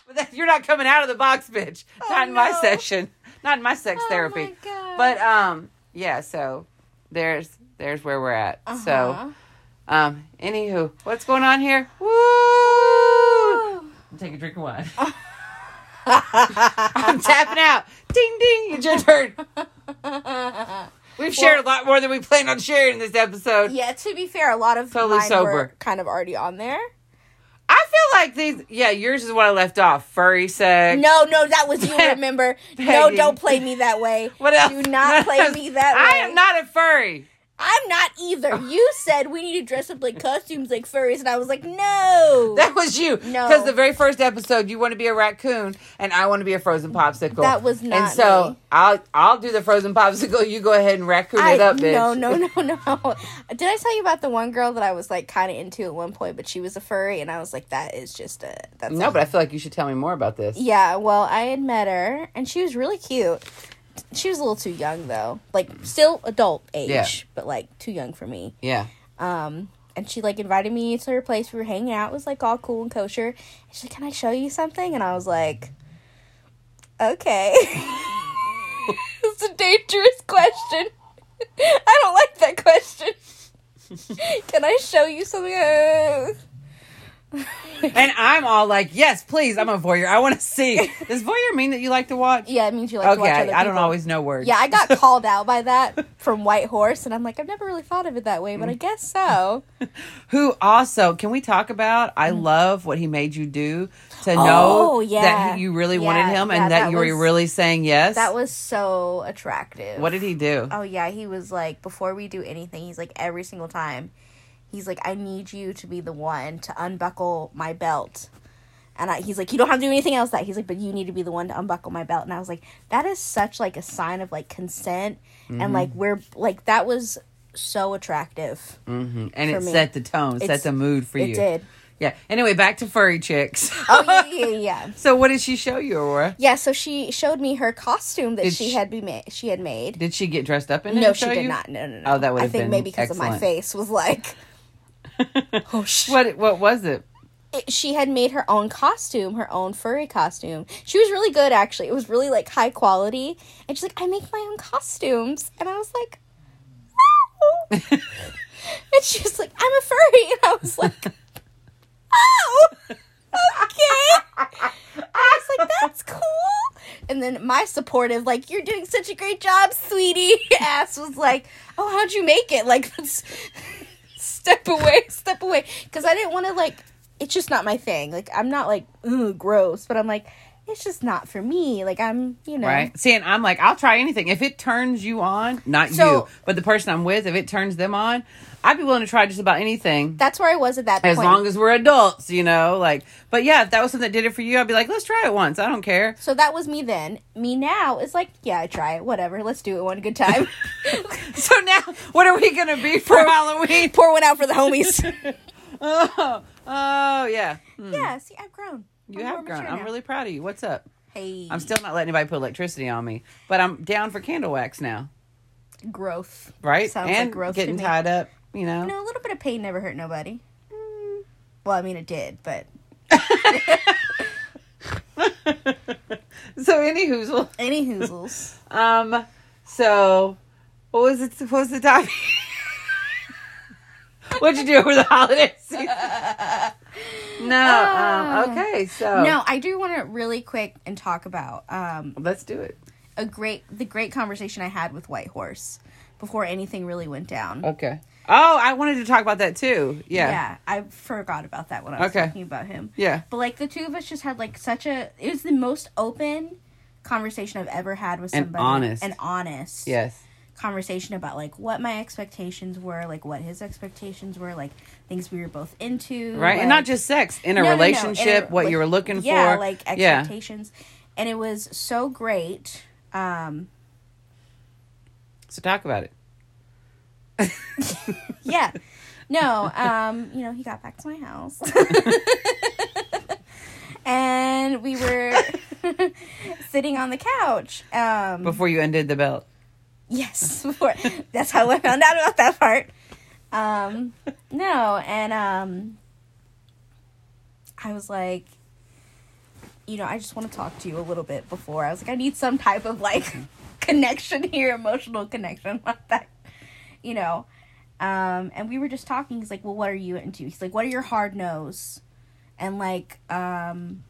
but that, you're not coming out of the box, bitch. not in my
Oh, no.
session. Not in my sex
Oh
therapy. uh,
my God. Uh-huh.
But um, yeah. So there's there's where we're at. So. Um, anywho, what's going on here? Woo! Take a drink of wine. I'm tapping out. Ding ding, it's your turn. We've shared a lot more than we planned on sharing in this episode.
Yeah, to be fair, a lot of
Totally
mine
sober.
were kind of already on there.
I feel like these. Yeah, yours is what I left off. Furry sex.
No, no, that was you. Remember? no,
Begging.
don't play me that way.
What else?
Do not
What
play
else?
me that
I
way.
am not a furry.
I'm not either. You said we need to dress up like costumes, like furries, and I was like, no.
That was you.
No.
Because the very first episode, you want to be a raccoon, and I want to be a frozen popsicle.
That was
And
not
so
me.
I'll I'll do the frozen popsicle. You go ahead and raccoon
I,
it up, bitch.
no, no, no, no. Did I tell you about the one girl that I was like kind of into at one point, but she was a furry, and I was like, that is just a that's
No, but I feel like you should tell me more about this.
Yeah, well, I had met her, and she was really cute. She was a little too young, though. Like, still adult age,
Yeah.
but like too young for me.
Yeah.
Um, and she like invited me to her place. We were hanging out. It was like all cool and kosher. And she's like, "Can I show you something?" And I was like, "Okay." it's a dangerous question. I don't like that question. Can I show you something? Uh,
And I'm all like, yes, please. I'm a voyeur. I want to see. Does voyeur mean that you like to watch?
yeah, it means you like to
okay,
watch
I,
other people.
I don't always know words.
Yeah, I got called out by that from White Horse, and I'm like, I've never really thought of it that way, but
Mm.
I guess so.
Who also can we talk about? I love what he made you do to
Mm-hmm. Oh,
know
yeah.
that he- you really
Yeah,
wanted him
yeah,
and that,
that
you
was-
were really saying yes.
That was so attractive.
what did he do?
Oh yeah, he was like before we do anything, he's like every single time. He's like I need you to be the one to unbuckle my belt. And I, he's like you don't have to do anything else that. He's like but you need to be the one to unbuckle my belt. And I was like that is such like a sign of like consent
Mm-hmm.
and like we're like that was so attractive.
and it
me.
set the tone, set
It's-
the mood for
it
you.
did.
Yeah. Anyway, back to furry chicks.
Oh yeah, yeah, yeah, yeah.
so what did she show you, Aurora?
Yeah, so she showed me her costume that
Did
she,
she-
had be ma- she had made.
Did she get dressed up in it?
No,
and
she
show
did
you?
not. No, no, no.
Oh, that would
I
have
think
been
maybe because of my
excellent.
face was like oh shit.
What what was it?
it- she had made her own costume, her own furry costume. She was really good, actually. It was really like high quality. And she's like, I make my own costumes. And I was like, no. and she was like, I'm a furry. And I was like, oh, okay. And I was like, that's cool. And then my supportive, like, you're doing such a great job, sweetie, ass was like, oh, how'd you make it? Like, that's step away, step away. Because I didn't want to, like, it's just not my thing. Like, I'm not like, ooh, gross, but I'm like, it's just not for me. Like, I'm, you know.
Right. See, and I'm like, I'll try anything. If it turns you on, not
So-
you, but the person I'm with, if it turns them on, I'd be willing to try just about anything.
That's where I was at that
as
point.
long as we're adults, you know, like, but yeah, if that was something that did it for you, I'd be like, let's try it once. I don't care.
so that was me then. Me now is like, yeah, I try it. Whatever. Let's do it one good time.
So now, what are we gonna be for Halloween?
Pour one out for the homies.
Oh, oh yeah,
yeah, see, I've grown.
you
I'm more
have grown.
mature
I'm
now.
really proud of you. What's up?
Hey,
I'm still not letting anybody put electricity on me, but I'm down for candle wax now,
growth.
right?
Sounds
and
like growth
getting
to me.
tied up, you know.
No, a little bit of pain never hurt nobody.
Mm.
Well, I mean, it did, but
So, anywhoozle,
any hoozles.
um, so what was it? What was the topic? What'd you do over the holiday season? No. Um, okay. So
Ah. no, I do want to really quick and talk about um,
Let's do it.
a great the great conversation I had with White Horse before anything really went down.
Okay. Oh, I wanted to talk about that too. Yeah.
Yeah, I forgot about that when I was
Okay.
talking about him.
Yeah.
But like the two of us just had like such a it was the most open conversation I've ever had with
And
somebody.
honest.
And honest.
Yes.
conversation about like what my expectations were, like what his expectations were, like things we were both into,
Right. and
like-
not just sex in
No, no,
a
no, in a-
relationship, what you were looking
yeah,
for.
like
yeah.
expectations, and it was so great. Um,
So talk about it.
yeah, no, um, you know, he got back to my house, and we were sitting on the couch. Um,
Before you undid the belt.
Yes, before that's how I found out about that part. Um, no, and um, I was like, you know, I just want to talk to you a little bit before. I was like, I need some type of like connection here, emotional connection, like that, you know. Um, and we were just talking. He's like, "Well, what are you into?" He's like, "What are your hard nos?" And like, um,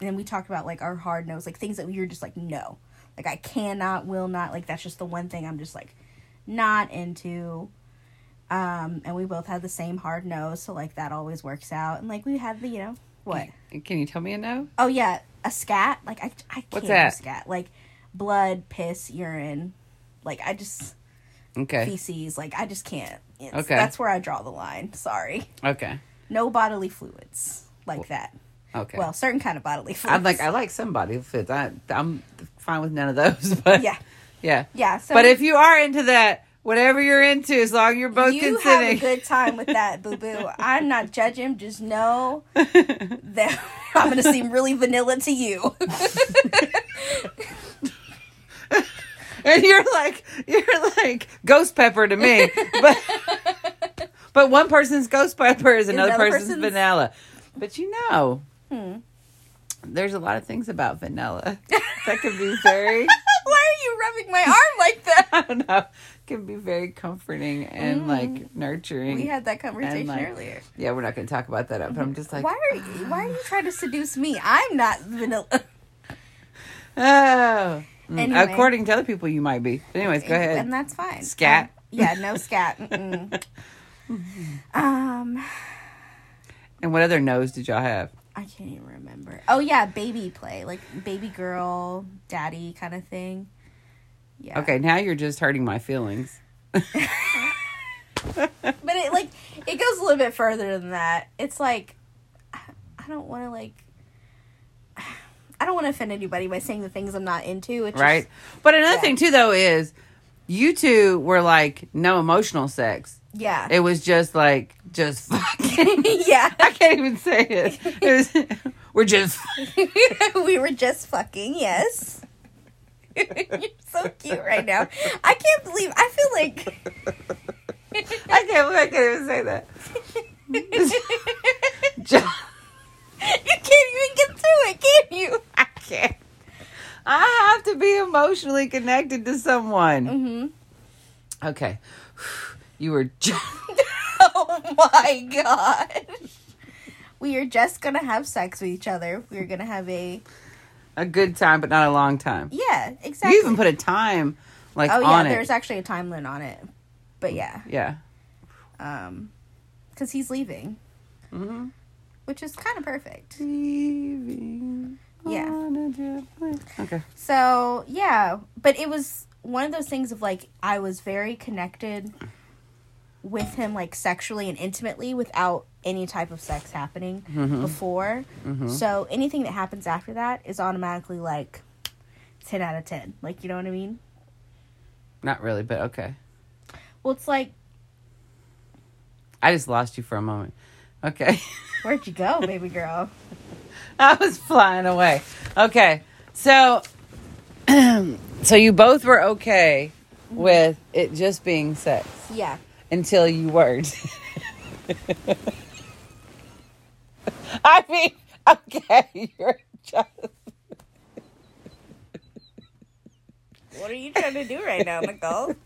and then we talked about like our hard nos, like things that we were just like, "No, like I cannot, will not." Like that's just the one thing I'm just like not into. Um, and we both had the same hard nose, so like that always works out. And like we had the, you know, what?
Can you tell me a no?
Oh yeah, a scat. Like I, I can't
What's
do
that?
scat. Like blood, piss, urine. Like I just
Okay.
feces. Like I just can't. It's,
Okay.
That's where I draw the line. Sorry.
Okay.
No bodily fluids like that.
Okay.
Well, certain kind of bodily fluids.
I'm like I like somebody who fits. I I'm fine with none of those. But
Yeah.
yeah,
Yeah, so-
but if you are into that, whatever you're into, as long as you're both
you have a
consenting,
good time with that, boo boo. I'm not judging. Just know that I'm going to seem really vanilla to you.
and you're like you're like ghost pepper to me, but but one person's ghost pepper is another,
Another
person's,
person's- Hmm.
vanilla. But you know, there's a lot of things about vanilla that can be very.
Why are you rubbing my arm like that?
I don't know. Can be very comforting and like nurturing.
Hmm. We had that conversation
like,
earlier.
yeah, we're not going to talk about that. But I'm just like,
why are you, why are you trying to seduce me? I'm not vanilla.
Oh. Mm,
Anyway.
According to other people, you might be. But anyways, go ahead.
And that's fine.
Scat.
Um, yeah, no scat. Mm-mm. um,
and what other nose did y'all have?
I can't even remember. Oh yeah, baby play, like baby girl, daddy kind of thing. Yeah.
Okay, now you're just hurting my feelings.
But it like it goes a little bit further than that. It's like I I don't want to like I don't want to offend anybody by saying the things I'm not into. It's
Right? But another
yeah.
thing, too, though, is you two were like, no emotional sex.
Just, yeah.
It was just like, just fucking.
yeah.
I can't even say it. it was, we're just.
we were just fucking, yes. You're so cute right now. I can't believe I feel like
I can't believe I can't even say that. Just,
you can't even get through it, can you?
I can't. I have to be emotionally connected to someone.
Mm-hmm.
Okay. You were just.
Oh my gosh. We are just gonna have sex with each other. We're gonna have a
a good time, but not a long time.
yeah, exactly.
You even put a time like
oh yeah,
on
there's
it.
actually a time limit on it, but yeah,
yeah.
um, because he's leaving,
Mhm.
which is kind of perfect. Yeah.
Yeah. Okay.
So yeah, but it was one of those things of like I was very connected with him like sexually and intimately without any type of sex happening
Mm-hmm.
before. So anything that happens after that is automatically like ten out of ten. Like you know what I mean?
Not really, but okay.
Well, it's like
I just lost you for a moment. Okay.
where'd you go, baby girl?
I was flying away. Okay. So so you both were okay with it just being sex
Yeah.
until you weren't. I mean, okay, you're just
What are you trying to do right now, Nicole?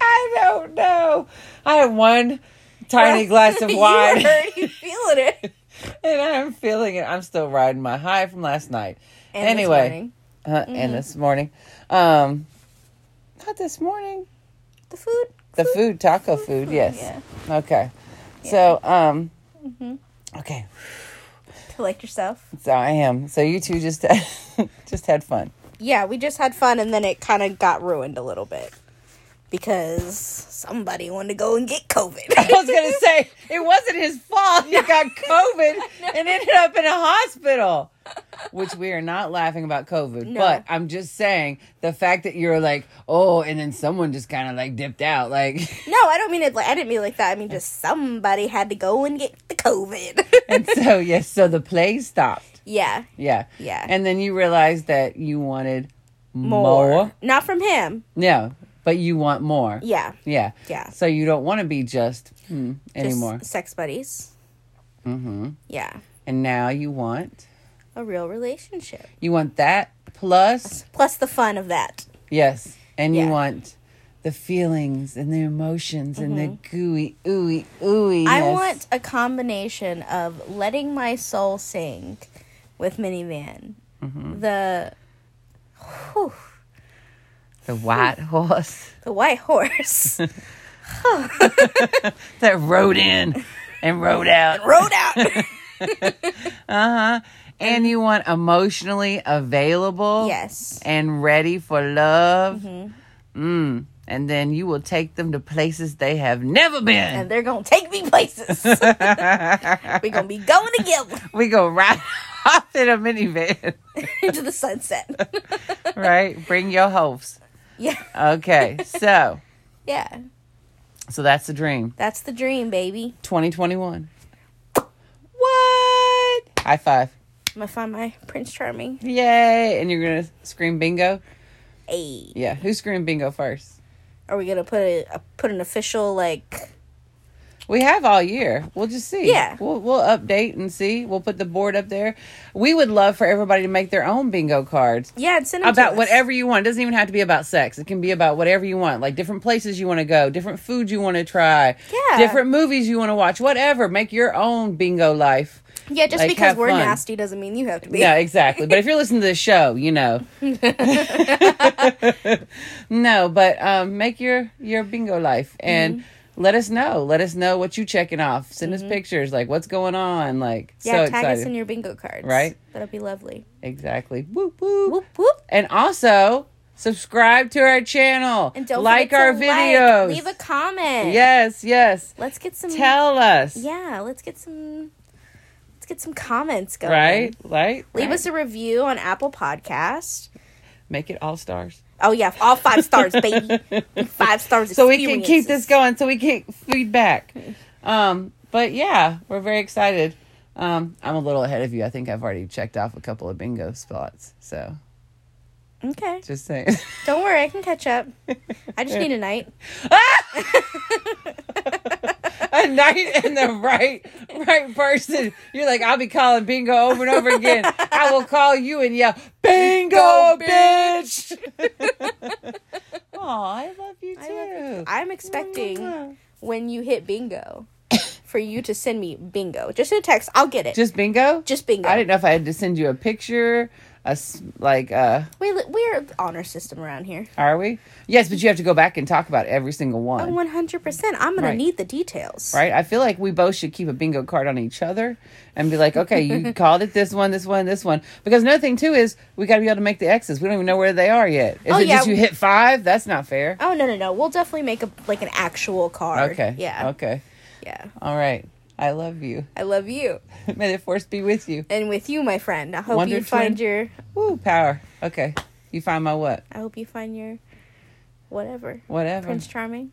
I don't know. I had one tiny glass of wine
you heard you feeling it.
and I'm feeling it. I'm still riding my high from last night.
And this
anyway,
morning,
Uh, and this morning, um, not this morning.
the food.
The food, taco food, yes. Okay. So, um, okay.
Collect yourself.
So I am. So you two just just had fun.
yeah, we just had fun and then it kind of got ruined a little bit because somebody wanted to go and get
I
COVID.
was gonna say it wasn't his fault. He got COVID and ended up in a hospital. Which we are not laughing about COVID,
No.
but I'm just saying the fact that you're like, oh, and then someone just kind of like dipped out, like,
no, I don't mean it. Like, I didn't mean it like that. I mean just somebody had to go and get the COVID.
and so yes, so the play stopped.
yeah,
Yeah,
Yeah.
And then you realized that you wanted more.
more. not from him.
No, but you want more.
Yeah,
Yeah.
Yeah.
So you don't want to be just hmm,
just
anymore.
sex buddies.
hmm
Yeah,
And now you want
a real relationship
you want that plus
plus the fun of that.
Yes. And
Yeah.
you want the feelings and the emotions and the gooey, ooey, ooey.
Mm-hmm. I want a combination of letting my soul sing with minivan. Mm-hmm. The whew,
the white horse
the white horse
that rode in and rode out.
rode out.
And you want emotionally available.
yes.
And ready for love.
Mm-hmm.
Mm. And then you will take them to places they have never
And
been.
they're gonna take me places. We're gonna be going together
We go right off in a minivan,
into the sunset.
right? Bring your hopes.
yeah.
Okay, so
Yeah.
so that's the dream.
That's the dream, baby.
2021. What? High five.
I'm gonna find my Prince Charming.
Yay! And you're gonna scream bingo.
Hey.
Yeah, who screamed bingo first?
Are we gonna put a, a put an official like
We have all year. We'll just see.
Yeah.
We'll, we'll update and see. We'll put the board up there. We would love for everybody to make their own bingo cards
yeah, it's in
about whatever you want. It doesn't even have to be about sex. It can be about whatever you want, like different places you want to go, different foods you want to try,
Yeah.
different movies you want to watch, whatever. Make your own bingo life.
Yeah, just
like,
because
have
we're
fun.
nasty doesn't mean you have to be.
Yeah, exactly. But if you're listening to the show, you know. no, but um, make your your bingo life and
Mm-hmm.
let us know. Let us know what you checking off. Send us pictures, like what's going on. Like
Yeah,
so
tag us
excited.
in your bingo cards.
Right?
That'll be lovely.
exactly. Whoop whoop.
Whoop whoop.
And also subscribe to our channel.
And don't
like
forget
our
to
videos.
Leave a comment.
yes, yes.
Let's get some
Tell us.
Yeah, let's get some let's get some comments going.
Right, right.
Leave
right.
us a review on Apple Podcast.
Make it all stars.
Oh yeah, all five stars, baby. five stars.
so we can keep this
experiences.
going so we get feedback um but yeah we're very excited um i'm a little ahead of you i think i've already checked off a couple of bingo spots so
Okay.
just saying
Don't worry, I can catch up. I just need a night.
a night and the right right person you're like i'll be calling bingo over and over again i will call you and yell bingo bitch oh i love you too
I love you. I'm expecting when you hit bingo for you to send me bingo. Just in a text, I'll get it. Just,
just bingo
bingo.
i didn't know if i had to send you a picture a s- like uh
we li- we're honor system around here.
Are we? Yes, but you have to go back and talk about every single one.
Oh, One hundred percent. I'm gonna
Right.
need the details.
Right? I feel like we both should keep a bingo card on each other and be like, okay, you called it this one, this one, this one. Because another thing, too, is we got to be able to make the X's. We don't even know where they are yet. Is
Oh,
it just
yeah.
you hit five? That's not fair.
Oh no no no! We'll definitely make a like an actual card.
Okay.
Yeah.
Okay.
Yeah.
All right. I love you.
I love you,
May the force be with you.
and with you, my friend. I hope
Wonder
you find
twin.
your.
Woo, power. Okay. You find my what?
I hope you find your. Whatever.
Whatever. Mm.
Prince Charming.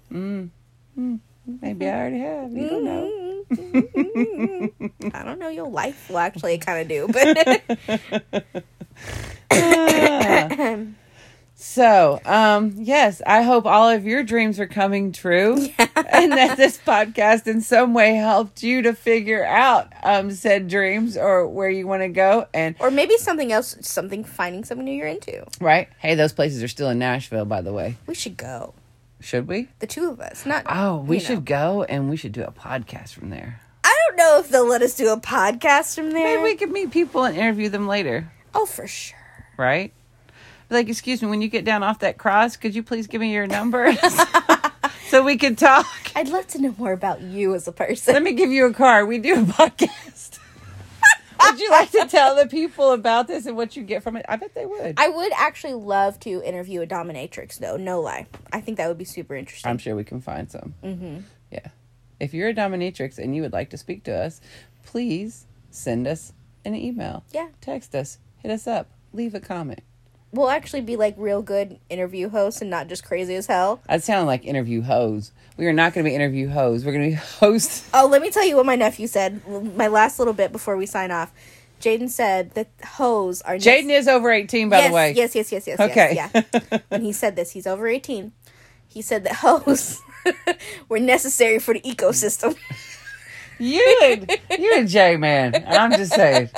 Maybe I already have. You
Mm-hmm.
don't know.
I don't know your life. Well, actually, I kind of do, but
So, um, yes, I hope all of your dreams are coming true and that this podcast in some way helped you to figure out um, said dreams or where you want to go. And,
or maybe something else. Something finding something new you're into.
right? Hey, those places are still in Nashville, by the way.
We should go.
Should we?
The two of us. Not.
Oh, we
you know.
should go and we should do a podcast from there.
I don't know if they'll let us do a podcast from there.
Maybe we could meet people and interview them later,
Oh, for sure.
right? Be Like, excuse me, when you get down off that cross, could you please give me your number so we could talk?
I'd love to know more about you as a
Let
person.
me give you a card. We do a podcast. would you like to tell the people about this and what you get from it? I bet they would.
I would actually love to interview a dominatrix, though. No lie. I think that would be super interesting.
I'm sure we can find some. Mm-hmm. Yeah. If you're a dominatrix and you would like to speak to us, please send us an email.
Yeah.
Text us. Hit us up. Leave a comment.
we'll actually be like real good interview hosts and not just crazy as hell.
I sound like interview hoes. We are not going to be interview hoes. We're going to be hosts.
Oh, let me tell you what my nephew said. My last little bit before we sign off. Jaden said that hoes are.
Jaden is over 18, by
yes,
the way.
Yes, yes, yes, yes.
Okay.
Yes, yeah. when he said this, he's over eighteen. He said that hoes were necessary for the ecosystem.
You, a- you a J man. I'm just saying.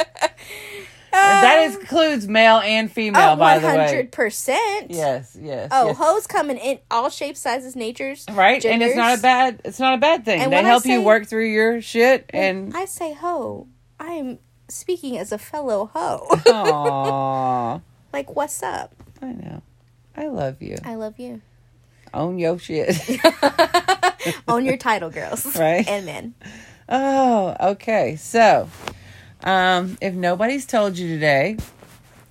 that includes male and female,
Um, Oh,
by
one
the way.
hundred percent.
Yes, yes.
Oh,
yes.
hoes coming in all shapes, sizes, natures.
right, and it's not
genders.
a bad it's not a bad thing.
And
they
when I
help
say-
you work through your shit and
I say hoe. I'm speaking as a fellow hoe.
Uh-huh. Aww.
like, what's up?
I know. I love you.
I love you.
Own your shit.
Own your title, girls.
Right.
And men.
oh, okay. So, um, if nobody's told you today,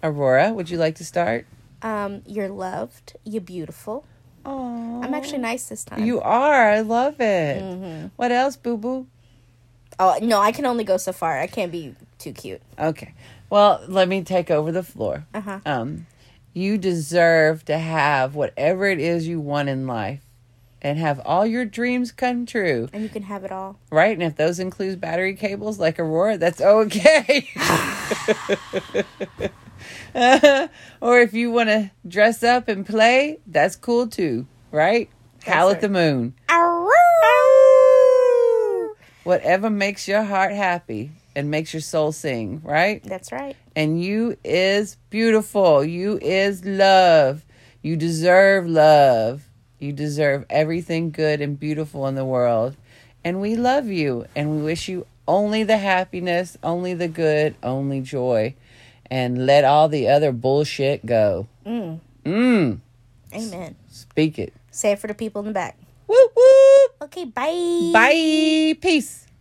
Aurora, would you like to start?
Um, you're loved. You're beautiful.
Oh,
I'm actually Mm-hmm. nice this time.
You are. I love it. What else, boo boo?
Oh no, I can only go so far. I can't be too cute.
Okay. Well, let me take over the floor.
Uh-huh.
Um, you deserve to have whatever it is you want in life and have all your dreams come true,
And you can have it all.
right? And if those includes battery cables like Aurora, that's okay. or if you want to dress up and play, that's cool too, right? Howl
That's
at the moon. Whatever makes your heart happy and makes your soul sing, right?
That's right.
and you is beautiful. You is love. You deserve love. You deserve everything good and beautiful in the world. And we love you and we wish you only the happiness, only the good, only joy. And let all the other bullshit go. Mm.
Amen.
Speak it.
Say it for the people in the back.
Whoop whoop.
Okay, bye.
Bye. Peace.